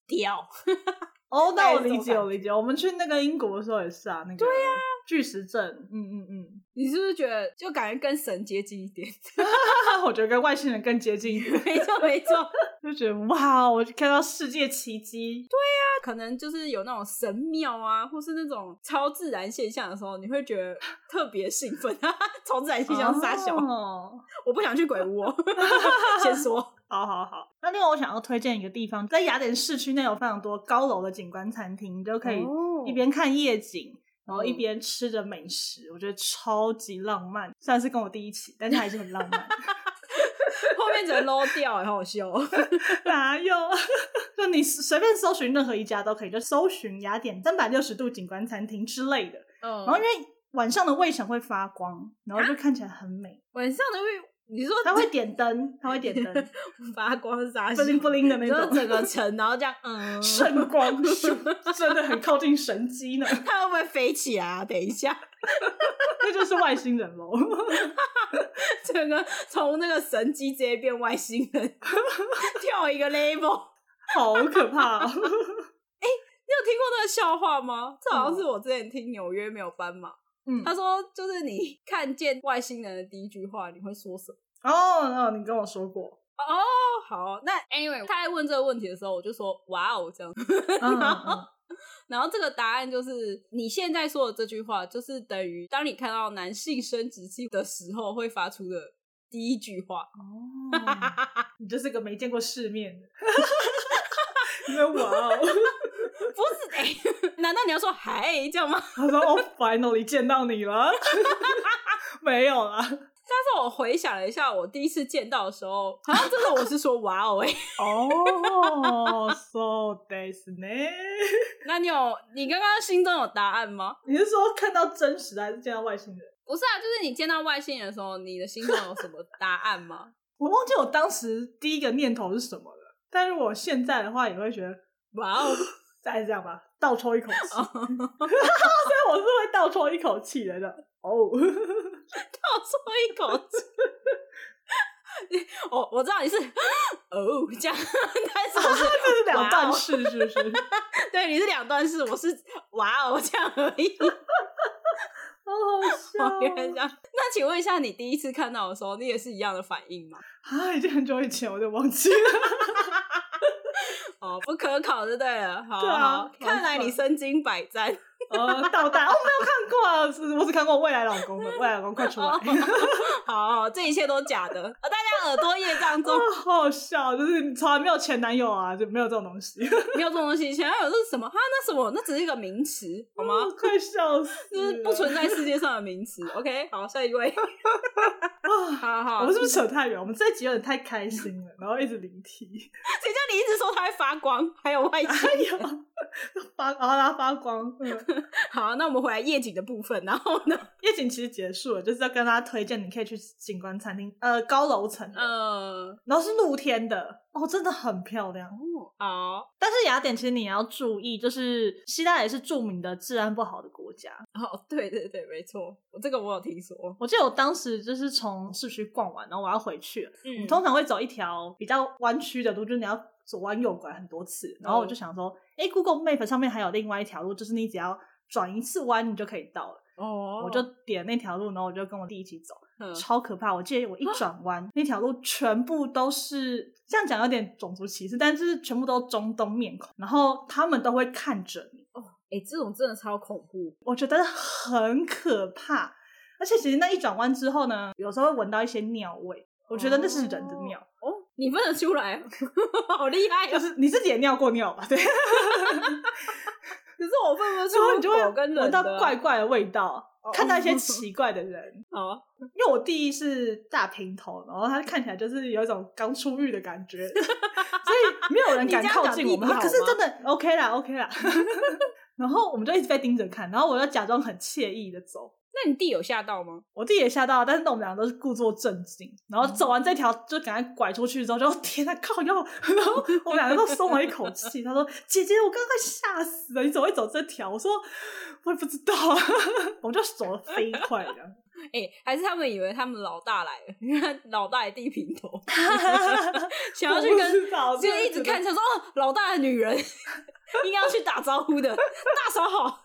屌。 <laughs>
哦，那我
大概是这种
理解，
感
我理解。我们去那个英国的时候也是啊，那个对呀、巨石阵，嗯嗯嗯，
你是不是觉得就感觉跟神接近一点？ <laughs>
我觉得跟外星人更接近一 <laughs> 点，
没错没错，那
就觉得哇，哦我看到世界奇迹。对，
可能就是有那种神庙啊，或是那种超自然现象的时候，你会觉得特别兴奋。 <laughs> 超自然现象是傻小，
哦
我不想去鬼屋、哦， <laughs> 先说。
好好好，那另外我想要推荐一个地方，在雅典市区内有非常多高楼的景观餐厅，你就可以
哦
一边看夜景，然后一
嗯
边吃着美食，我觉得超级浪漫。虽然是跟我弟一起，但是还是很浪
<laughs>
漫。
后面整个 low 掉、欸，好好
<laughs>
笑、哦。
哪有？ <laughs> 就你随便搜寻任何一家都可以，就搜寻雅典三百六十度景观餐厅之类的。
嗯啊
然后因为晚上的卫城会发光，然后就看起来很美。
晚上的会，你说
它会点灯，它会点灯，
<laughs> 发光啥？
不灵不灵的那
你说
种
整
<laughs>
个城，然后这样，嗯，
圣光，
<laughs>
<laughs> 真的很靠近神机呢。
它会不会飞起来、啊？等一下，
那就是外星人喽。
整个从那个神机直接变外星人， <laughs> 跳一个 level。
<laughs> 好可怕、哦！
你有听过那个笑话吗？这好像是我之前听纽约没有斑马，
嗯，
他说就是你看见外星人的第一句话，你会说什么？
哦，哦，你跟我说过，
哦，好，那 anyway，他在问这个问题的时候，我就说哇哦这样子。
嗯嗯
然后这个答案就是你现在说的这句话，就是等于当你看到男性生殖器的时候会发出的第一句话。
嗯哦，你就是个没见过世面的， <laughs> 因为哇哦，
不是，哎、 <laughs> 难道你要说嗨这样吗？ <laughs>
他说哦，finally 见到你了， <laughs> 没有啦，
但是我回想了一下，我第一次见到的时候，好像真的我是说哇哦哎、
哦，so this 呢？
<laughs> 那你有你刚刚心中有答案吗？
你是说看到真实的还是见到外星人？
不是啊，就是你见到外星人的时候，你的心中有什么答案吗？
我忘记我当时第一个念头是什么了，但是我现在的话也会觉得，
<laughs> 哇 <laughs> 哦，
再这样吧，倒抽一口气， <laughs> 所以我是会倒抽一口气的，这样哦。 <laughs>
倒抽一口气。我我知 <laughs> 道你是哦这样， <laughs> 但是我是
这是两
哇
段
哦
式，是
<laughs>
不是？
对，你是两段式，我是哇哦这样而已。
好
哦
好
原来这
笑哦！
样。那请问一下，你第一次看到的时候，你也是一样的反应吗？
啊，已经很久以前，我就忘记了。
哦，不可考就对了。好，
对啊
好
好
看来你身经百战。 <laughs>
呃， <laughs> 倒带，哦，没有看过，是我只看过《未来老公》的，《未来老公》快出
<laughs>
来。
哦好好，这一切都假的。呃大家耳朵业障中
<laughs> 哦，好好笑，就是你从来没有前男友啊，就没有这种东西， <laughs>
没有这种东西，前男友是什么？哈，那什么？那只是一个名词，好吗？
<laughs> 快笑死
就
了！
是不存在世界上的名词。OK，好，下
<laughs>
一位。
啊！
好好，
我们是不是扯太远？我们这一集有点太开心了，然后一直离题。 <laughs>
谁叫你一直说它会发光，还有外星
哎
人？
呦，发把它发光。嗯，
<laughs> 好，那我们回来夜景的部分，然后呢，
夜景其实结束了，就是要跟大家推荐，你可以去景观餐厅，呃，高楼层的，
呃，
然后是露天的，哦，真的很漂亮。
哦，
但是雅典其实你也要注意，就是希腊也是著名的治安不好的国家。
哦，对对对，没错，我这个我有听说，
我记得我当时就是从市区逛完，然后我要回去了，
嗯
通常会走一条比较弯曲的路，就是你要左弯右拐很多次。然后我就想说，哎、g o o g l e Map 上面还有另外一条路，就是你只要转一次弯，你就可以到了。
哦，
我就点那条路，然后我就跟我弟一起走，
嗯
超可怕！我记得我
啊
一转弯，那条路全部都是这样讲有点种族歧视，但就是全部都中东面孔，然后他们都会看着你，
哎、这种真的超恐怖，
我觉得很可怕。而且其实那一转弯之后呢，有时候会闻到一些尿味，我觉得那是人的尿。
哦，你分得出来， <laughs> 好厉害
就
哦！
是你自己也尿过尿吧？对，然
可是我分不出
后你就会
狗跟人
闻到
的
怪怪的味道，
哦
看到
<laughs>
一些奇怪的人。
哦，
因为我弟是大平头，然后他看起来就是有一种刚出狱的感
<laughs>
觉，所以没有人敢靠近我
你这样讲弟弟
们。他
好
可是
吗
真的 OK 啦，OK 啦。 <laughs> 然后我们就一直被盯着看，然后我就假装很惬意的走。
那你弟有吓到吗？
我弟也吓到，啊但是我们两个都是故作镇静，然后走完这条就赶快拐出去之后，就天哪靠腰，然后我们两个都松了一口气。他说：“姐姐，我刚刚快吓死了，你怎么会走这条？”我说：“我也不知道啊。” <laughs> 我们就走得飞快这样。 <laughs>
哎、还是他们以为他们老大来了，因为老大也地平 <laughs> 头，想要去
我不
跟，
知道
就
真的
一直
觉得
看，想说哦，老大的女 <laughs> 人应该要去打招呼的，大嫂好。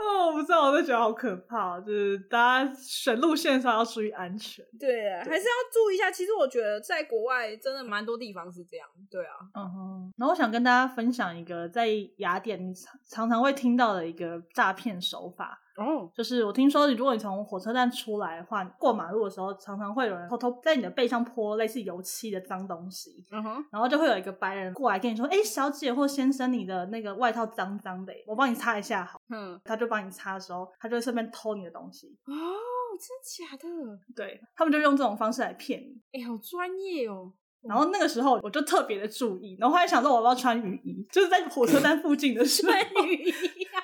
哦，我不知道，我就觉得好可怕哦，就是大家选路线的时候要注意安全。
对啊，还是要注意一下。其实我觉得在国外真的蛮多地方是这样。对啊，
嗯哼，然后我想跟大家分享一个在雅典你常常常会听到的一个诈骗手法，
哦，
就是我听说，如果你从火车站出来的话，过马路的时候，常常会有人偷偷在你的背上泼类似油漆的脏东西，
嗯哼，
然后就会有一个白人过来跟你说：“哎，小姐或先生，你的那个外套脏脏的，我帮你擦一下好。”
嗯，
他就帮你擦的时候，他就会顺便偷你的东西。
哦，真假的？
对他们就用这种方式来骗你。
哎、好专业 <laughs> 哦。
然后那个时候我就特别的注意，然后后来想说我要不要穿雨衣，就是在火车站附近的时候，我说哦没有
女一呀，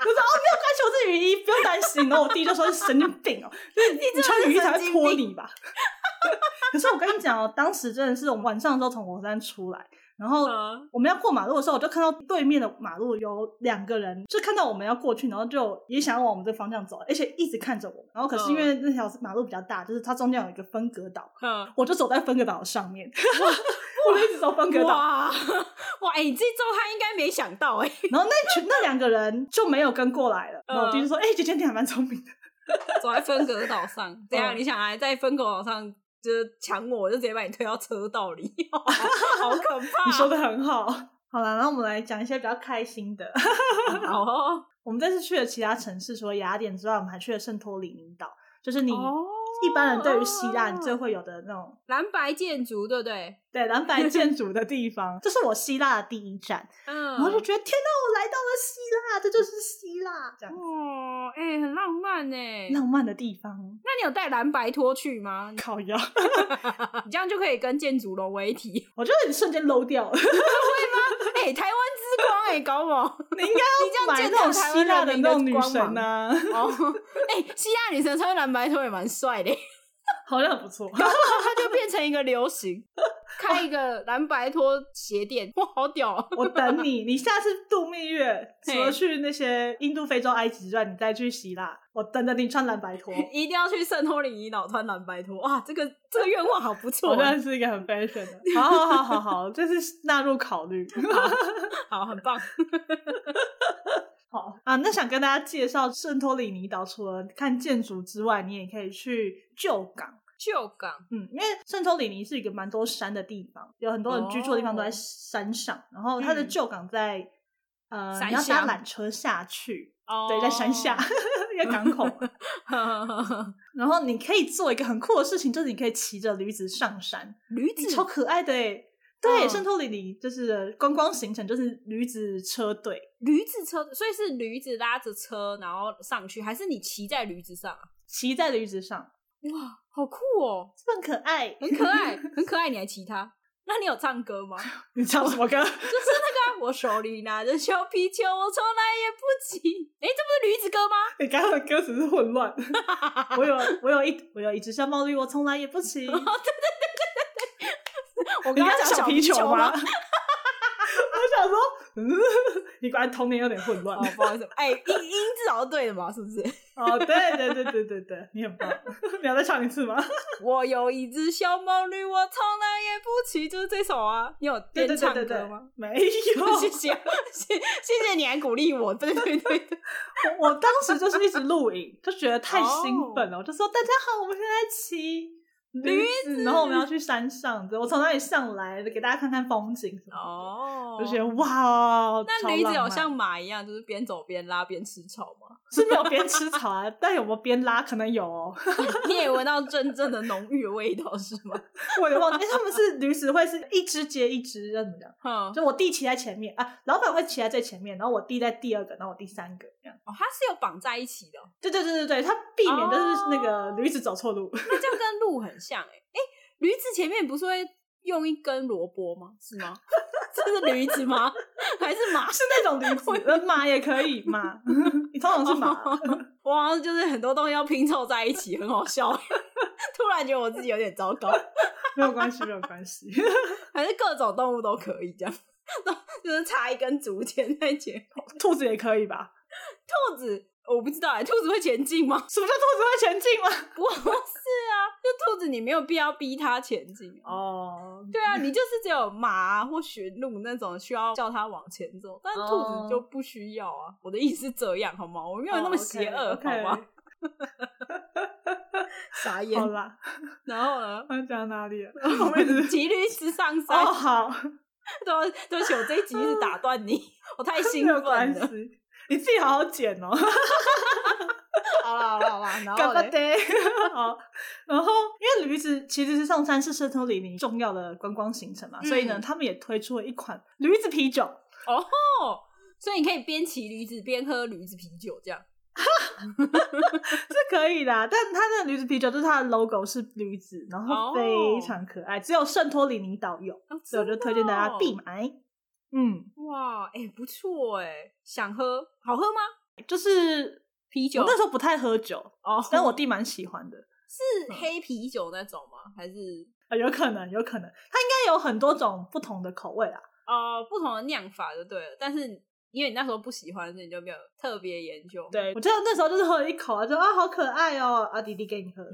关系，我是雨衣，不用担心。然后我弟就说是神经病哦，就是你穿雨衣才会泼你吧。 <laughs> 可是我跟你讲哦，当时真的是我们晚上的时候从火车站出来，然后
嗯
我们要过马路的时候，我就看到对面的马路有两个人，就看到我们要过去，然后就也想要往我们这方向走，而且一直看着我们。然后可是因为那条马路比较大，就是它中间有一个分隔岛，
嗯，
我就走在分隔岛上
<laughs>
面，我就一直走分隔岛，
哇哇，哎、你这招他应该没想到哎、
然后那群那两个人就没有跟过来了。
嗯
然后我弟就说：“哎、姐姐你还蛮聪明的。
走在分隔岛 <laughs> 上，等一下
嗯
你想来在分隔岛上就是抢我，我就直接把你推到车道 <laughs> 里，好可怕！
你说的很好。好了，然后我们来讲一些比较开心的。 <laughs>
好哦，
我们这次去了其他城市，除了雅典之外，我们还去了圣托里尼岛，就是你
哦
一般人对于希腊你最会有的那种
蓝白建筑，对不对？
对蓝白建筑的地方。这是我希腊的第一站，
嗯，
然后就觉得天哪，我来到了希腊，这就是希腊，这样
哦，哎、很浪漫呢。
浪漫的地方。
那你有带蓝白拖去吗？
烤腰， <laughs>
你这样就可以跟建筑融为一体。
我觉得你瞬间 low 掉了。
哎、台湾之光哎、搞不好？
<laughs> 你应该要
<laughs>
买
你这样践
那
踏
种
台
希
湾
腊
人
的
民
那
的
种女
光
神
芒 <laughs>
啊，
哦，哎、希腊女神穿蓝白拖也蛮帅
<laughs>
的，
好像很不错。
它就变成一个流行， <laughs> 开一个蓝白拖鞋店，哇，好屌、
<laughs>
哦！
我等你，你下次度蜜月，除了
嘿
去那些印度、非洲、埃及之外，你再去希腊，我等着你穿蓝白拖。
一定要去圣托里尼岛穿蓝白拖，哇，这个这个愿望好不错
<laughs>
哦
我，真的是一个很 fashion 的，好好好好好，这是纳入考 <laughs> 虑。
好，很棒。
好啊，那想跟大家介绍圣托里尼岛，除了看建筑之外，你也可以去旧港。
旧港，
嗯，因为圣托里尼是一个蛮多山的地方，有很多人居住的地方都在
哦
山上，然后它的
嗯
旧港在、呃，
山
你要搭
下
缆车下去，
哦
对，在山下一个港口， <laughs> 然后你可以做一个很酷的事情，就是你可以骑着驴子上山，
<laughs> 驴
诶
子
超可爱的哎。对，
嗯
圣托里尼就是观光行程，就是驴子车队，
驴子车，所以是驴子拉着车，然后上去，还是你骑在驴子上啊？
骑在驴子上，
哇，好酷哦，
很可爱。
很可爱，很可爱，你还骑它？那你有唱歌吗？
<laughs>
<laughs>
你唱什么歌？
就是那个我手里拿着小皮球，我从来也不急。哎，这不是驴子歌吗？
你刚刚的歌词是混乱。 <laughs> 我有我有一我有一只小毛驴，我从来也不骑。
我
你
刚刚
刚刚
讲
小
皮
皮球
球
吗？我想说，嗯，你果然童年有点混乱
哦。，不好意思，哎，音音至少是对的嘛，是不是？ <laughs>
哦，对对对对对对，你很棒。你要再唱一次吗？
我有一只小毛驴，我从来也不骑，就是这首啊。你有
对
边
对
唱
对对
歌
对
吗？，。
没有
谢谢，谢谢谢你还鼓励我，对对对对，
我我当时就是一直录影，就觉得太兴奋了，我就说大家好，我们现在骑驴子，然后我们要去山上，我从那里上来，给大家看看风景什么
哦
<laughs> 的，就觉得哇，超
那驴子
浪
有
漫
像马一样，就是边走边拉边吃草吗？ <laughs>
是没有边吃草啊，但有没有边拉？可能有哦，
你也闻到真正的浓郁的味道是吗？
<laughs> 我也忘记，因为他们是驴子会是一只接一只，要怎么讲？
嗯，
就我弟骑在前面啊，老板会骑在最前面，然后我弟在第二个，然后我第三个这样。
哦，它是有绑在一起的哦、
对对对对对，他避免就是那个驴子走错路。
那这样跟鹿很像哎、欸。哎、驴子前面不是会用一根萝卜吗？是吗？这是驴子吗？还是马？
是那种驴子，呃马也可以，
<laughs>
马，你通常是马，
哦哇，就是很多东西要拼凑在一起，很好笑。 <laughs> 突然觉得我自己有点糟糕，
没有关系，没有关系。
还是各种动物都可以这样，就是插一根竹签在前。
兔子也可以吧？
兔子我不知道哎、兔子会前进吗？ <laughs>
什么叫兔子会前进吗？
不是啊，就兔子你没有必要逼它前进啊。
哦，
对啊，你就是只有马、啊、或驯鹿那种需要叫它往前走，但兔
哦
子就不需要啊。我的意思是这样，好吗？我没
没
有那么邪恶
o k
好吗？ <laughs> 傻眼
好。啦，
然后 <laughs> 呢？
我要讲到哪里了？我们一直
骑驴子上山，
哦好，
对啊对不起，我这一集一直打断你，我太兴
没有
奋
关
了。
系，你自己好好剪哦。
好啦好啦好啦，然
干
后
巴
嘞， <laughs>
爹，好，然后因为驴子其实是上山是圣托里尼重要的观光行程嘛，
嗯
所以呢，他们也推出了一款驴子啤酒。
哦，所以你可以边骑驴子边喝驴子啤酒，这样
是可以的啊，但它的驴子啤酒就是它的 logo 是驴子，然
哦
后非常可爱，只有圣托里尼岛有，
哦
所以我就推荐大家必买。嗯，
哇，哎、不错哎、想喝好喝吗？
就是
啤酒
我那时候不太喝酒，
哦，嗯
但我弟蛮喜欢的。
是黑啤酒那种吗？还是
啊，有可能，有可能，它应该有很多种不同的口味啦。
哦，不同的酿法就对了。但是因为你那时候不喜欢，所以你就没有特别研究。，
对，我记得那时候就是喝了一口啊，就啊好可爱哦，啊弟弟给你喝。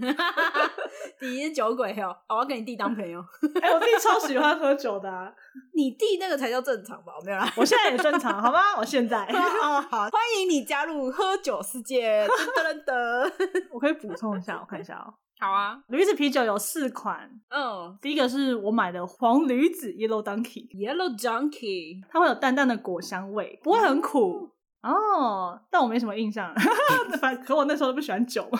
你是酒鬼哦，哦我要跟你弟当朋友。 <laughs>
哎、我自己超喜欢喝酒的、啊，
你弟那个才叫正常吧？我没有啦。
我现在也正常，好吗？我现在 <laughs>
哦，好，欢迎你加入喝酒世界。噔噔噔， <laughs>
我可以补充一下，我看一下哦。
好啊，
驴子啤酒有四款，
嗯
第一个是我买的黄驴子 Yellow Donkey，
，Yellow Junkie，
它会有淡淡的果香味，不会很苦哦。但我没什么印象， <laughs> 反正可我那时候都不喜欢酒嘛。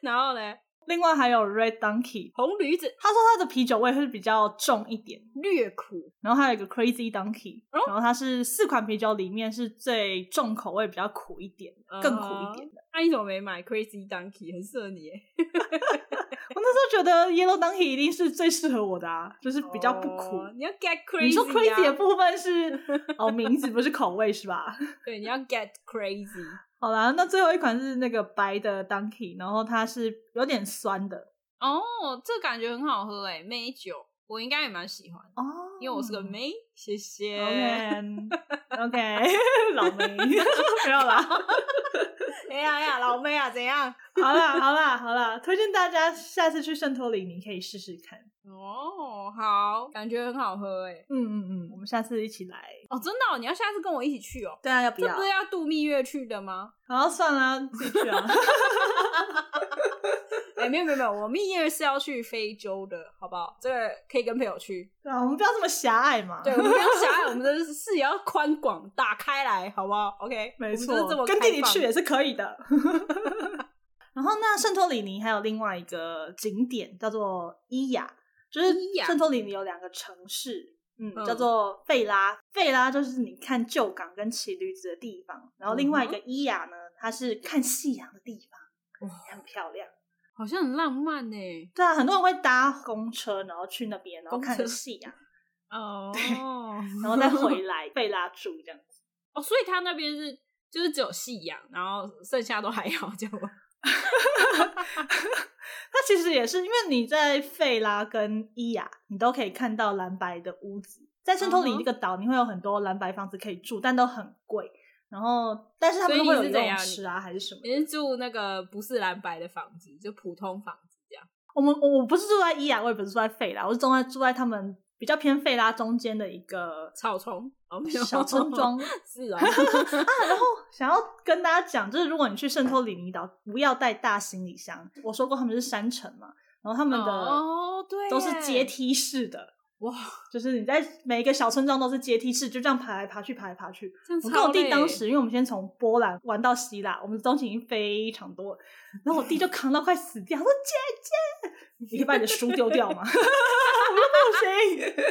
然后呢，
另外还有 Red Donkey，
红驴子
他说他的啤酒味会比较重一点。
略苦，
然后还有一个 Crazy Donkey，、
哦
然后它是四款啤酒里面是最重口味比较苦一点的，更苦一点的。
呃那、你怎么没买 Crazy Donkey？很适合你耶。
我那时候觉得 Yellow Donkey 一定是最适合我的啊，就是比较不苦。
哦你要 get crazy，、啊、
你说 crazy 的部分是 <laughs> 哦，名字不是口味是吧？
对，你要 get crazy。
好啦，那最后一款是那个白的 Donkey，然后它是有点酸的
哦，这感觉很好喝哎，梅酒，我应该也蛮喜欢，
哦，
因为我是个梅。谢谢。
<laughs> OK OK 老 <laughs> 梅没有啦，
哎呀哎呀，老妹啊，怎样？
好啦好啦好啦，推荐大家下次去圣托里尼可以试试看。
哦，好，感觉很好喝哎。
嗯嗯嗯，我们下次一起来。
哦，真的哦、你要下次跟我一起去哦。
对啊，要不
这
要
不？是要度蜜月去的
<laughs>
吗？
好，算了，自己去 <laughs> 啊。
哎、没有没有没有，我蜜月是要去非洲的，好不好？这个可以跟朋友去。
对啊，我们不要这么狭隘 <laughs> 嘛。
对，我们不要狭隘，我们的视野要宽广，打开来，好不好？OK，
<laughs> 没
我们
错，
就是这么
跟弟弟
开放
去也是可以的。然后那圣托里尼还有另外一个景点叫做伊雅，就是
伊雅
圣托里尼有两个城市，嗯，
嗯
叫做费拉，费拉就是你看旧港跟骑驴子的地嗯方，然后另外一个伊雅呢，它是看夕阳的地方，很漂亮。
好像很浪漫呢、
对啊，很多人会搭公车，然后去那边，然后
公
看个
车
戏啊， <laughs>
哦，
然后再回来被拉住这样子。
哦，所以他那边是就是只有夕阳，然后剩下都还好，这样吗？
那其实也是因为你在费拉跟伊雅，你都可以看到蓝白的屋子。在圣托里
嗯哼
那个岛，你会有很多蓝白房子可以住，但都很贵。然后，但是他们
所以
都
你
会有
是
游
怎
泳
样
池啊，还是什么的？
你是住那个不是蓝白的房子，就普通房子这样？
我们我我不是住在伊雅，我也不是住在费拉，我是住在住在他们比较偏费拉中间的一个
草丛哦，没有 <laughs>
小村庄 <laughs>
是哦，
想要跟大家讲，就是如果你去圣托里尼岛，不要带大行李箱。我说过他们是山城嘛，然后他们的
哦对耶
都是阶梯式的，
哇，
就是你在每一个小村庄都是阶梯式，就这样爬来爬去，爬来爬去。
这样
我跟我
超
弟
累
当时，因为我们先从波兰玩到希腊，我们的东西已经非常多了，然后我弟就扛到快死掉，他说：“姐姐，你可以把你的书丢掉吗？” <laughs> 我
<laughs>
说：“不行。”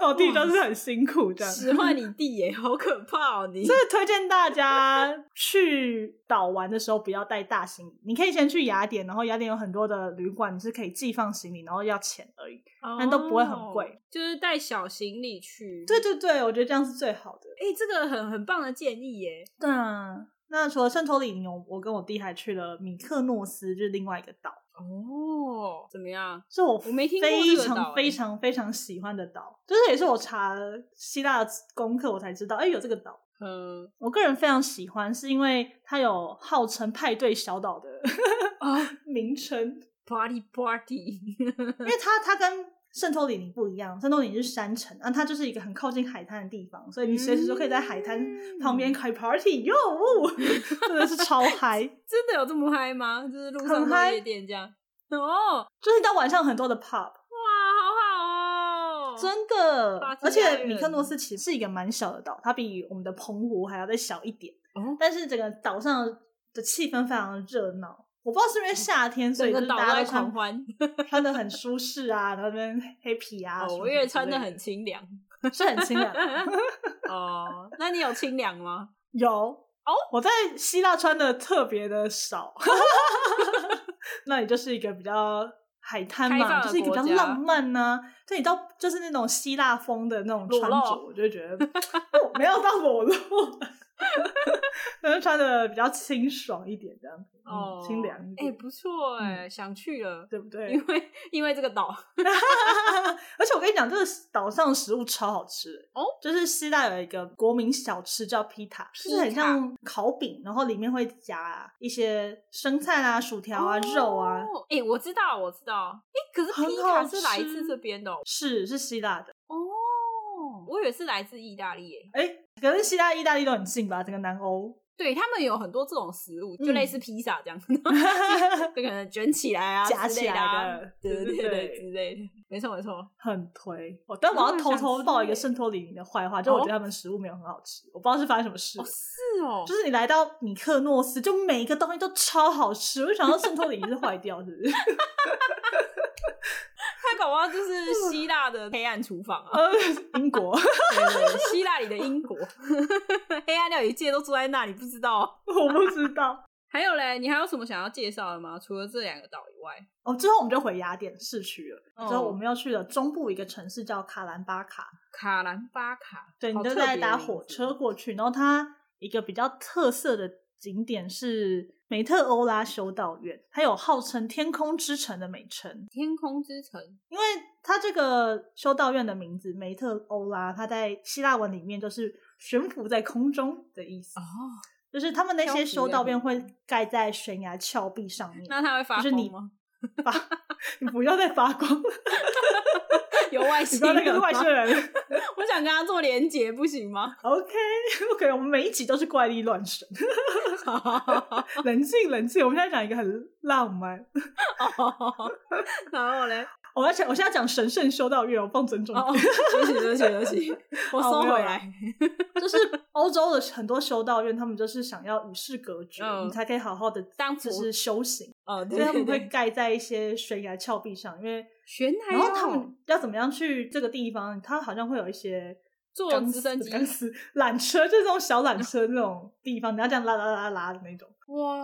我弟就是很辛苦这样。
使唤你弟耶，好可怕哦！你
所以推荐大家去岛玩的时候不要带大行李，你可以先去雅典，然后雅典有很多的旅馆，你是可以寄放行李，然后要钱而已。但都不会很贵
哦，就是带小行李去。
对对对，我觉得这样是最好的。
哎、这个很很棒的建议耶！
对啊，那除了圣托里尼，我我跟我弟还去了米克诺斯，就是另外一个岛，
哦，怎么样？
是我
我没听过
非
这个岛
常
欸
非常非常喜欢的岛，就是也是我查希腊的功课我才知道，哎、有这个岛。
嗯，
我个人非常喜欢，是因为它有号称派对小岛的
哦
<laughs> 名称，
party party， <laughs>
因为它它跟圣托里尼不一样，圣托里尼是山城，啊，它就是一个很靠近海滩的地方，所以你随时都可以在海滩
嗯
旁边开 party 哟、呜 <laughs> 真的是超嗨！
真的有这么嗨吗？就是路上
很
到
嗨
夜店这样？哦，
就是到晚上很多的 pub，
哇，好好哦！
真的
巴，基
而
亚
且
人
米克诺斯其实是一个蛮小的岛，它比我们的澎湖还要再小一点，
哦
但是整个岛上的气氛非常的热闹。我不知道是不是因为夏天，所
哦整
以
个
就是
岛
大家
外
都
狂
穿
欢，
穿的很舒适啊，然后那边 happy 啊，
哦，
什么
我以为
什么
穿
之
的
类
很清凉。
是很清凉的。
哦，那你有清凉
<laughs>
吗？
有哦，我在希腊穿的特别
<laughs>
的少， <laughs> 那你就是一个比较海滩
开放
嘛，
的
就是一个比较
国家
浪漫呐、所以你到就是那种希腊风的那种
裸
穿
露
着，我就会觉得哦没有到裸露， <laughs> 但是穿的比较清爽一点这样子，
哦
嗯，，清凉一
哎、
点，
不错哎、想去了，
对不嗯对
因？为因为这个岛，
<laughs> 而且我跟你讲，这个岛上食物超好吃
哦
就是希腊有一个国民小吃叫披塔，就是很
pita
像烤饼，然后里面会夹一些生菜啊、薯条啊、肉啊，
哦哎、我知道，我知道。哎、可是
很
皮
好
卡是来自
吃
这边的哦。
是是希腊的。
哦我以为是来自意大利耶。
哎，可是希腊、意大利都很近吧？整个南欧， <laughs>
对他们有很多这种食物，就类
嗯
似披萨这样，子， <laughs> 就可能卷起来啊，
夹
之类的啊
起来的
对对
对对
对
对
之类的，没错没错。
很推。哦，但我要
嗯
偷
想
偷
吃
爆一
耶
个圣托里尼的坏话，就我觉得他们食物没有很好吃，我不知道是发生什么事
哦，。是哦，
就是你来到米克诺斯，就每一个东西都超好吃，我就想到圣托里尼是坏掉，是不是？
他搞不好
<laughs>
就是希腊的黑暗厨房啊， <laughs>
呃，英国，
对对对希腊里的英国， <laughs> 黑暗料理界都住在那里，不知道哦。 <laughs>
我不知道。
还有嘞，你还有什么想要介绍的吗？除了这两个岛以外，
哦，之后我们就回雅典市区了。
哦
之后我们要去的中部一个城市叫卡兰巴卡，
卡兰巴卡，
对，你
好
就
特别
在
的
搭
名
火
字
车过去。然后它一个比较特色的景点是梅特欧拉修道院，它有号称“天空之城”的美称，
天空之城，
因为它这个修道院的名字梅特欧拉，它在希腊文里面就是悬浮在空中的意思，
哦，
就是他们那
漂
些
浮
修
在
道
空
院会盖在悬崖峭壁上面。
那他会发
就是你
疯吗？ <laughs>
发，你不要再发光，
有外
你
星
不要再跟
人
外
吗
星人。
我想跟他做连结，不行
<laughs>
吗？
OK OK，我们每一集都是怪力乱 <laughs> 神，
好
冷静冷静。我们现在讲一个很浪漫，哦
然后嘞，
我要讲，我现在讲神圣修道院，我放尊重
哦，
点。
对不起，对不起，对不起，
哦
我收回来。
<laughs> 就是欧洲的很多修道院，他们就是想要与世隔绝，
嗯
你才可以好好的
当
就
佛
是修行，
哦，对
所以他
对
们会
对，
盖在一些悬崖峭壁上，因为
悬崖
然
哦，
后他们要怎么样去这个地方，他好像会有一些。
坐
钢
直升
丝
机
钢丝缆车，就是这种小缆车那种地方，你要这样拉拉拉拉的那种。
哇，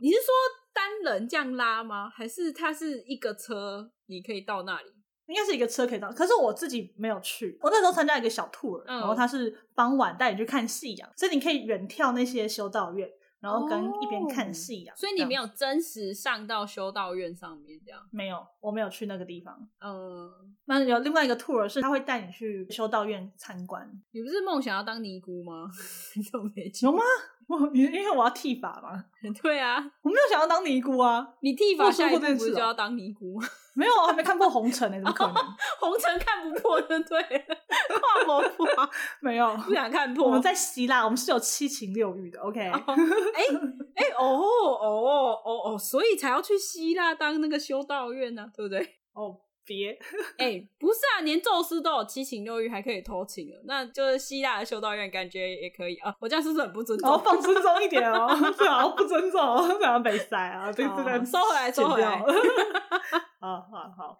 你是说单人这样拉吗？还是它是一个车，你可以到那里？
应该是一个车可以到，可是我自己没有去。我那时候参加一个小 tour，、
嗯
然后它是傍晚带你去看夕阳，所以你可以远眺那些修道院，然后跟一边看夕阳。
哦所以你没
这样
有真实上到修道院上面这样？
没有，我没有去那个地方。
嗯，
那有另外一个 tour 是他会带你去修道院参观，
你不是梦想要当尼姑吗？ <laughs> 你怎么没去
有？吗？我因为我要剃发嘛，
对啊，
我没有想要当尼姑啊，
你剃
我
发
有说
下一
过
步
这件
不是
事
就
哦
要当尼姑吗？
没有啊，还没看过红尘呢、怎么
<laughs>
可能？
红尘看不破就对了，跨魔法
啊没有。 <laughs>
不想看破。
我们在希腊，我们是有七情六欲的，OK？
哦哎哎哦哦哦哦，所以才要去希腊当那个修道院呢、对不对？
哦，别，
哎、不是啊，连宙斯都有七情六欲，还可以偷情了，那就是希腊的修道院感觉也可以啊。我这样是不是很不尊
然
重？
后哦放尊重一点哦，最好不尊重哦，不要被塞啊，对
好
这个
哦收回来收回
<laughs>
来
剪掉好好好，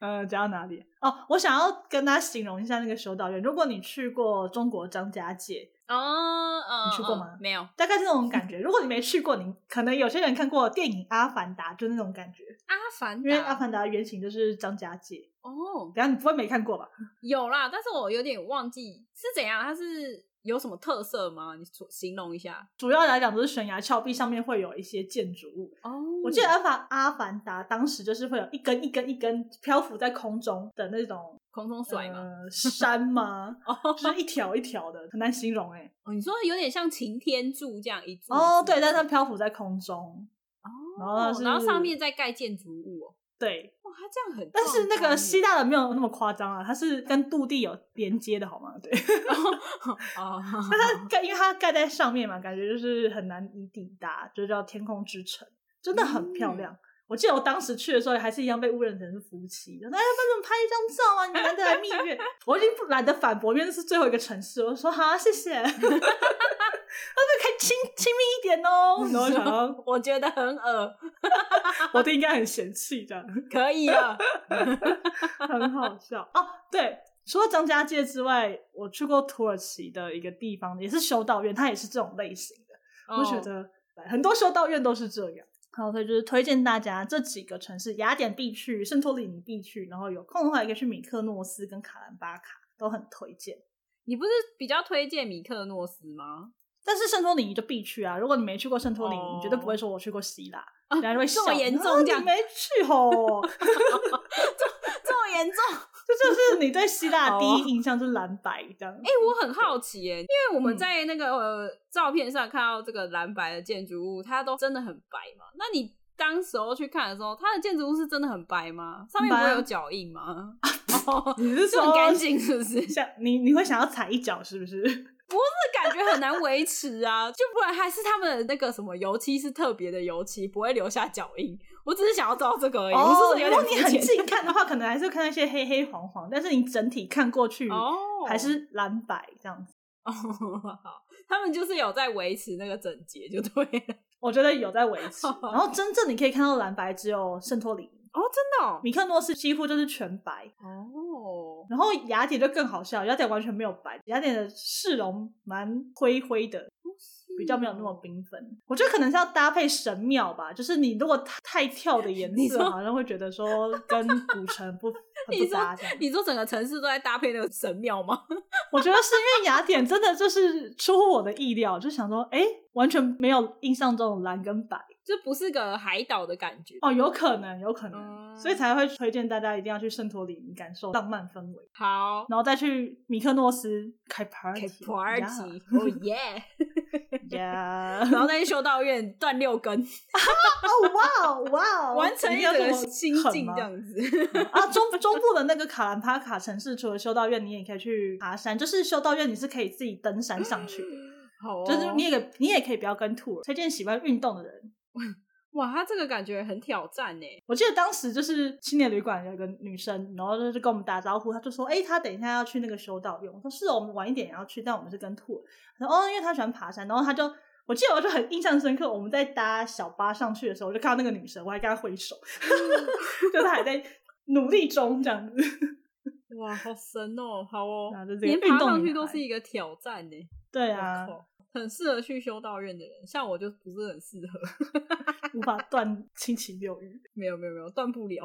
呃，讲到哪里？哦，我想要跟大家形容一下那个修道院。如果你去过中国张家界，
哦，嗯
你去过
嗯
吗
没有
大概是那种感觉。如果你没去过，你可能有些人看过电影《阿凡达》，就是那种感觉，
阿凡
因为《阿
达
凡达》的原型就是张家界。
哦，
等一下你不会没看过吧？
有啦，但是我有点忘记是怎样，它是有什么特色吗？你说形容一下
主要来讲就是悬崖峭壁上面会有一些建筑物，
哦。
我记得阿凡阿凡达当时就是会有一根一根一根漂浮在空中的
<laughs>
那种
空中甩吗？
呃、山吗？
<laughs> 哦
就是一条一条的，很难形容哎、
哦，你说有点像擎天柱这样一柱
哦，
子
对，但是它漂浮在空中，然后它
哦
是
然后上面再盖建筑物哦。
对。
哇，它这样很壮
但
观耶，
是那个希腊的没有那么夸张啊，它是跟陆地有连接的好吗？对，
哦， <laughs>
那它盖，因为它盖在上面嘛，感觉就是很难以抵达，就叫天空之城，真的很漂亮。我记得我当时去的时候，还是一样被误认成是夫妻，然后哎，帮你们拍一张照啊，你们难得来蜜月，我已经不懒得反驳，因为那是最后一个城市，我就说好、啊，谢谢。会不会可以亲亲密一点哦？然后我
<laughs>
想到
我觉得很恶，
我弟应该很嫌弃这样。
可以了。
很好笑哦。对，除了张家界之外，我去过土耳其的一个地方，也是修道院，它也是这种类型的。 <laughs> 我
哦
觉得
哎
很多修道院都是这样。哦好，所以就是推荐大家这几个城市：雅典必去、圣托里尼必去，然后有空的话也可以去米克诺斯跟卡兰巴卡，都很推荐。
你不是比较推荐米克诺斯吗？
但是圣托里尼就必去啊！如果你没去过圣托里尼，
哦
你绝对不会说我去过希腊，人家就会笑
这么
你
严
啊
重这
你
样
没去吼？
<laughs> 这么严重？
这就是你对希腊的第
好哦
一印象就是蓝白这样。
哎、我很好奇耶，因为我们
嗯
在那个、呃、照片上看到这个蓝白的建筑物，它都真的很白嘛？那你当时候去看的时候，它的建筑物是真的很白吗？上面不
很白
会
啊
有脚印
<laughs>
吗？哦，
你
就
是说
很干净，是不是？ <laughs> 这
<laughs> 像你你会想要踩一脚是不是？
感觉很难维持啊，就不然还是他们的那个什么油漆是特别的油漆，不会留下脚印。我只是想要知道这个而已，我是不是有
哦如果
点肤
你很
浅？
近看的话，可能还是会看到一些黑黑黄黄，但是你整体看过去
哦，
还是蓝白这样子。
哦，好，他们就是有在维持那个整洁，就对了。
我觉得有在维
<laughs>
持，
哦
然后真正你可以看到蓝白只有圣托里尼，
哦，真的哦，
米克诺斯几乎就是全白，
哦，
然后雅典就更好笑，雅典完全没有白，雅典的市容蛮灰灰的，比较没有那
哦嗯
么缤纷。我觉得可能是要搭配神庙吧，就是你如果太太跳的颜
你说
色，好像会觉得说跟古城不 <laughs> 很
你
不
说
搭这样。
你说整个城市都在搭配那个神庙吗？ <laughs>
我觉得是因为雅典真的就是出乎我的意料，就想说，哎、完全没有印象中的蓝跟白
这不是个海岛的感觉。
哦，有可能，有可能，
嗯
所以才会推荐大家一定要去圣托里尼感受浪漫氛围，
好
然后再去米克诺斯开 party，
开 party，哦耶！
呀，
<laughs> 然后再去修道院断六根，
哦哇哦 <laughs> 哇哦，
完成
一定
一
要
个
这么
心
狠
境
吗
这样子。
啊，中中部的那个卡兰帕卡城市，除了修道院，你也可以去爬山。就是修道院，你是可以自己登山上去的，
好、哦，
就是你也你也可以不要跟 tour。推荐喜欢运动的人。
哇，他这个感觉很挑战呢。
我记得当时就是青年旅馆有一个女生，然后就是跟我们打招呼，她就说：“哎、她等一下要去那个修道院。”我说：“是哦，我们晚一点也要去，但我们是跟 tour。”她说：“哦，因为她喜欢爬山。”然后她就。我记得我就很印象深刻，我们在搭小巴上去的时候，我就看到那个女生，我还跟她挥手，就她还在努力中这样子。
哇，好神哦，好哦哦
啊这，是一个
连
运
爬
动
上
女
去都
孩
是一个挑战呢。
对啊
我，靠很适合去修道院的人，像我就不是很适合。
无法断亲情六欲，
没有没有没有，断不了。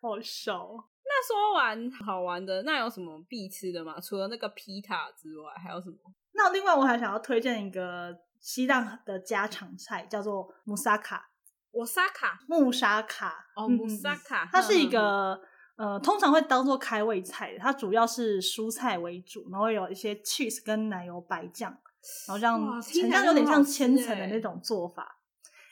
好笑哦。
那说完好玩的，那有什么必吃的吗？除了那个皮塔之外，还有什么？
那另外我还想要推荐一个西藏的家常菜，叫做穆萨卡
我沙卡
穆沙卡
哦，
嗯
姆沙卡，
它是一
嗯嗯嗯
个呃，通常会当做开胃菜，它主要是蔬菜为主，然后有一些 cheese 跟奶油白酱，然后这
哇
样
听起来
很像有点
就很
像
好吃
千层的
欸
那种做法。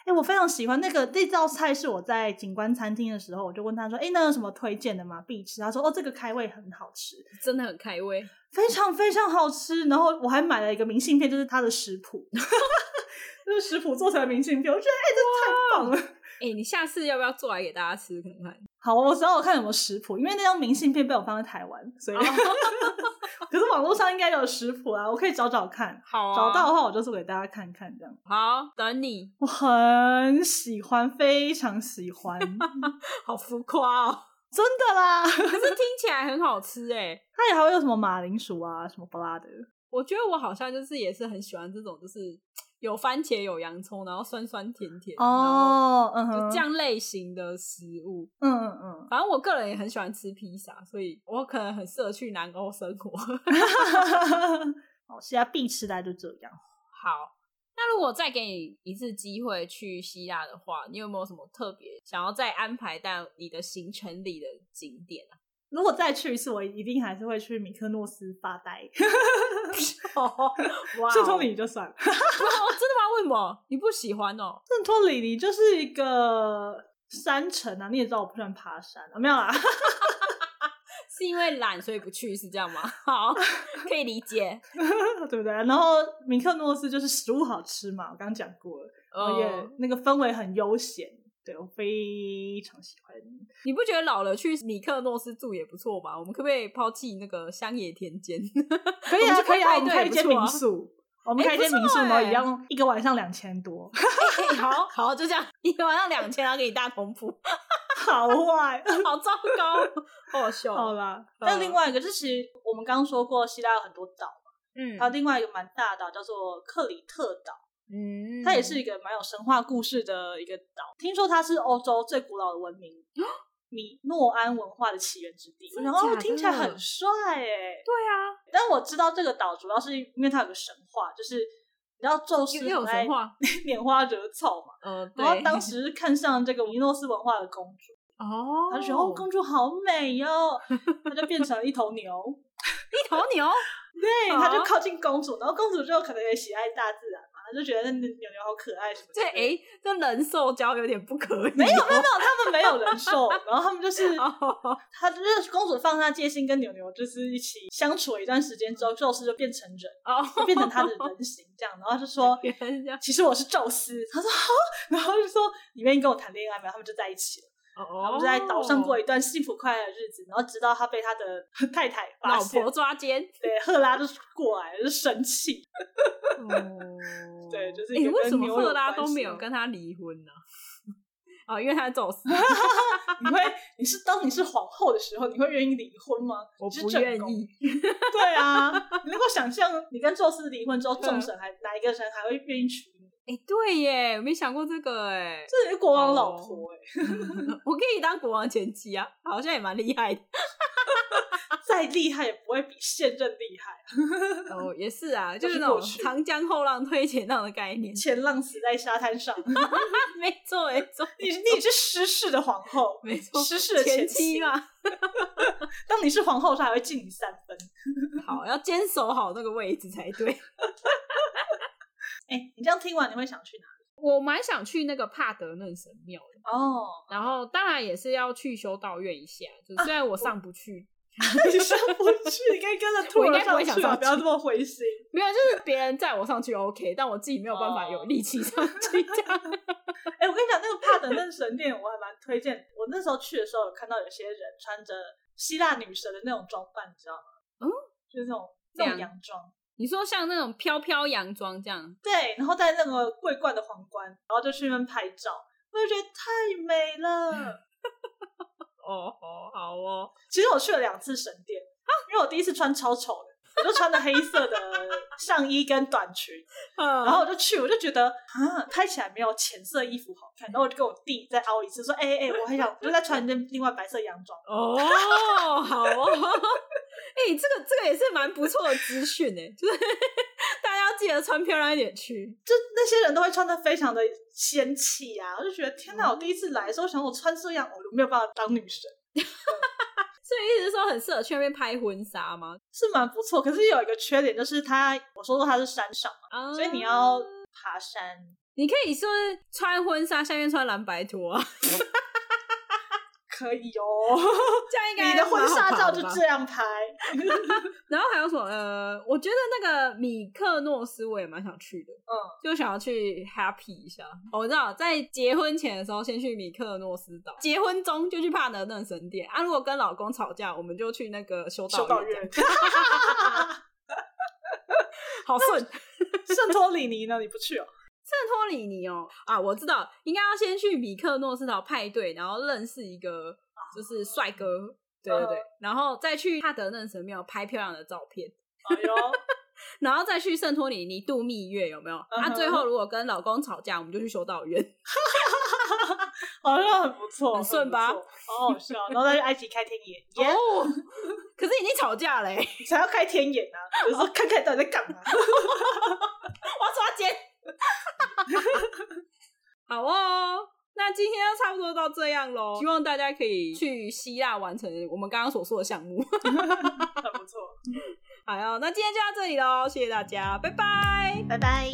哎、我非常喜欢那个这道菜，是我在景观餐厅的时候，我就问他说：“哎、那有什么推荐的吗？必吃？”他说：“哦，这个开胃很好吃，
真的很开胃。
非常非常好吃。”然后我还买了一个明信片，就是他的食谱， <laughs> 就是食谱做成的明信片，我觉得哎、这太棒了。
哎、你下次要不要做来给大家吃看看？
好，我找我看有没有食谱，因为那张明信片被我放在台湾，
哦
所以、 <laughs> 可是网络上应该有食谱啊，我可以找找看。
好啊，
找到的话，我就做给大家看看，这样
好，等你。
我很喜欢，非常
<laughs>
喜欢，真
好浮夸哦， <laughs>
的啦。
可是听起来很好吃哎、
它也还会有什么马铃薯啊，什么不拉的，
我觉得我好像就是也是很喜欢这种，就是有番茄有洋葱，然后酸酸甜甜，
哦，嗯
然后
哼，
就这，样类型的食物。
嗯嗯嗯，
反正我个人也很喜欢吃披萨，所以我可能很适合去南欧生活。
嗯 <laughs> 好，现在必吃的就这样。
好，那如果再给你一次机会去希腊的话，你有没有什么特别想要再安排到你的行程里的景点啊？
如果再去一次，我一定还是会去米克诺斯发呆，
哇
圣托 <laughs> 里就算
<laughs>
了。
哦，真的吗？为什么你不喜欢哦？
圣托里尼就是一个山城啊，你也知道我不喜欢爬山啊，没 <laughs> 有啦，
是因为懒所以不去，是这样吗？ <laughs> 好，可以理解。
对不对？然后米克诺斯就是食物好吃嘛，我刚刚讲过了，然后也
哦，
那个氛围很悠闲，对我非常喜欢。
你不觉得老了去米克诺斯住也不错吗？我们可不可以抛弃那个乡野田间？
可以
我们
啊，
去
可以啊，
派对
我们开一间
也不错啊
民宿，哦我们
哎
开一间
不错
民宿，然后
哎
一样一个晚上两千多， <laughs>
嘿嘿好 <laughs> 好，就这样，一个晚上两千，然后给你大同铺， <laughs>
好坏。
好糟糕，好好笑。哦
好啦，嗯那嗯另外一个就是，其实我们刚刚说过，希腊有很多岛嘛，
嗯
还有另外一个蛮大的岛叫做克里特岛。
嗯
它也是一个蛮有神话故事的一个岛。听说它是欧洲最古老的文明米诺安文化的起源之地。
哦真的
然后
假
听起来
的
很帅哎、
对啊，
但我知道这个岛主要是因为它有个神话，就是你知道宙斯
又又有
很爱
神话，
<laughs> 拈花惹草嘛。
呃，对，
然后当时看上这个米诺斯文化的公主，
哦，
他就觉得哦，公主好美哟、他就变成了一
<laughs>
头牛，
一头 <laughs> 牛，
对，
好
他就靠近公主，然后公主就可能也喜爱大自然嘛，她就觉得那牛牛好可爱什么之
这
类的。
哎，这人兽交有点不可以，
没有没有没有，他们没有
<laughs>
人兽，然后他们就是
哦，
他就是公主放下戒心，跟牛牛就是一起相处了一段时间
嗯
之后，宙斯就变成人，就
哦，
变成他的人形
<laughs>
这样，然后就说
原来是这样
其实我是宙斯，他说好， <laughs> 然后就说你愿意跟我谈恋爱吗？他们就在一起了，然后
哦
就在岛上过一段幸福快乐的日子，然后直到他被他的太太发
老
现
婆，抓奸，
对，赫拉就过来就生气，
哦
<laughs> 对就是
哎，
有
为
跟
什么
牛有
赫拉
关
都
系
没有
哦
跟他离婚呢？ <laughs> 啊，因为他走
<laughs>
私，
你会你是当你是皇后的时候，你会愿意离婚吗？
我
你是
不
正
愿
宫
意。 <laughs>
对啊， <laughs> 你能够想象你跟宙斯离婚之后，
啊
众神还哪一个神还会愿意娶你？
哎，对耶，我没想过这个
<laughs>
哎，
这是国王老婆哎、
我可以当国王前妻啊，好像也蛮厉害的。
再厉害也不会比现任厉害。啊
哦，也是
<laughs>
啊，就
都
是
是
那种
过去
长江后浪推前浪的概念。
前浪死在沙
<laughs>
滩上，你
没错，没错，
你是失势的皇后，
没错，
失势的
前
妻
妻嘛。
当你是皇后的时候，还会敬你三分。
<laughs> 好，要坚守好那个位置才对。
哎、你这样听完你会想去哪？
<laughs> 我蛮想去那个帕德嫩神庙的，
哦，
然后当然也是要去修道院一下，就虽啊然我上不去，
<laughs> 你上不去，你可以跟着
<laughs>
兔
我应
儿
该不会
上
想
去吧，
上去
不要这么灰心。
没有，就是别人载我上去 OK，但我自己没有办法
哦
有力气上去。这样 <laughs>
哎、我跟你讲，那个帕德嫩神殿我还蛮推荐。我那时候去的时候，有看到有些人穿着希腊女神的那种装扮，你知道吗？
嗯，
就是那种
这
那
样
种洋装，
你说像那种飘飘洋装这样，
对，然后戴那个桂冠的皇冠，然后就去那边拍照，我就觉得太
<laughs>
美了。
哦哦，好哦，哦啊
其实我去了两次神殿，因为我第一次穿超丑的，我就穿着黑色的上衣跟短裙，
嗯，
然后我就去，我就觉得啊，拍起来没有浅色衣服好看。然后我就跟我弟再凹一次，说：“哎、哎、哎我很想，我就再穿件另外白色洋装。
哦， <laughs> 好哦，哎、这个这个也是蛮不错的资讯哎，就是 <laughs> 大家要记得穿漂亮一点去。”
就那些人都会穿的非常的仙气啊，我就觉得天
哦
哪！我第一次来的时候，想我穿这样，我就没有办法当女神，
所以意思是说很适合去那边拍婚纱吗？
是蛮不错。可是有一个缺点，就是它，我说过它是山上嘛，
啊
所以你要爬山。
你可以说穿婚纱，下面穿蓝白拖啊，
可以哦，
这样应该
你的婚纱照就
蛮好爬的吧
这样拍，
然后还有什么？呃，我觉得那个米克诺斯我也蛮想去的，
嗯，
就想要去 happy 一下。哦我知道，在结婚前的时候先去米克诺斯岛，结婚中就去帕德嫩神殿啊。如果跟老公吵架，我们就去那个修道
修道院
这样 <laughs> 好顺，
圣托里尼呢？你不
<laughs>
去哦？
圣托里尼哦啊，我知道，应该要先去米克诺斯岛派对，然后认识一个就是帅哥，对对对，然后再去帕德嫩神庙拍漂亮的照片。
哎呦，
然后再去圣托里尼度蜜月，有没有？
嗯
啊，
哼
最后如果跟老公吵架，我们就去修道 <laughs> 院。
好像很不错，
很顺吧
很不错？好好笑，然后再去埃及开天眼，耶、
哦，可是已经吵架嘞、
你才要开天眼啊！有时
哦
候看看到底在干嘛。
我要抓奸。好哦，那今天就差不多到这样喽。希望大家可以去希腊完成我们刚刚所说的项目。
很不错，
好哟，那今天就到这里喽，谢谢大家，拜拜。
拜拜。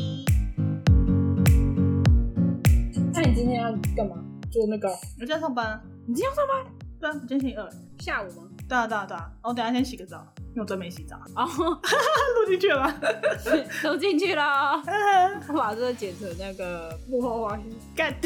那你今天要干嘛？做那个？
我今天上班啊，
你今天要上班？
对啊，我今天星期二。
下午吗？
对啊，对啊，对啊。我等一下先洗个澡，因为我真没洗澡。
哦，
<laughs> 录进去了吗？
<laughs>
<laughs>
都进去了。我把这个剪成那个幕后花絮。
干。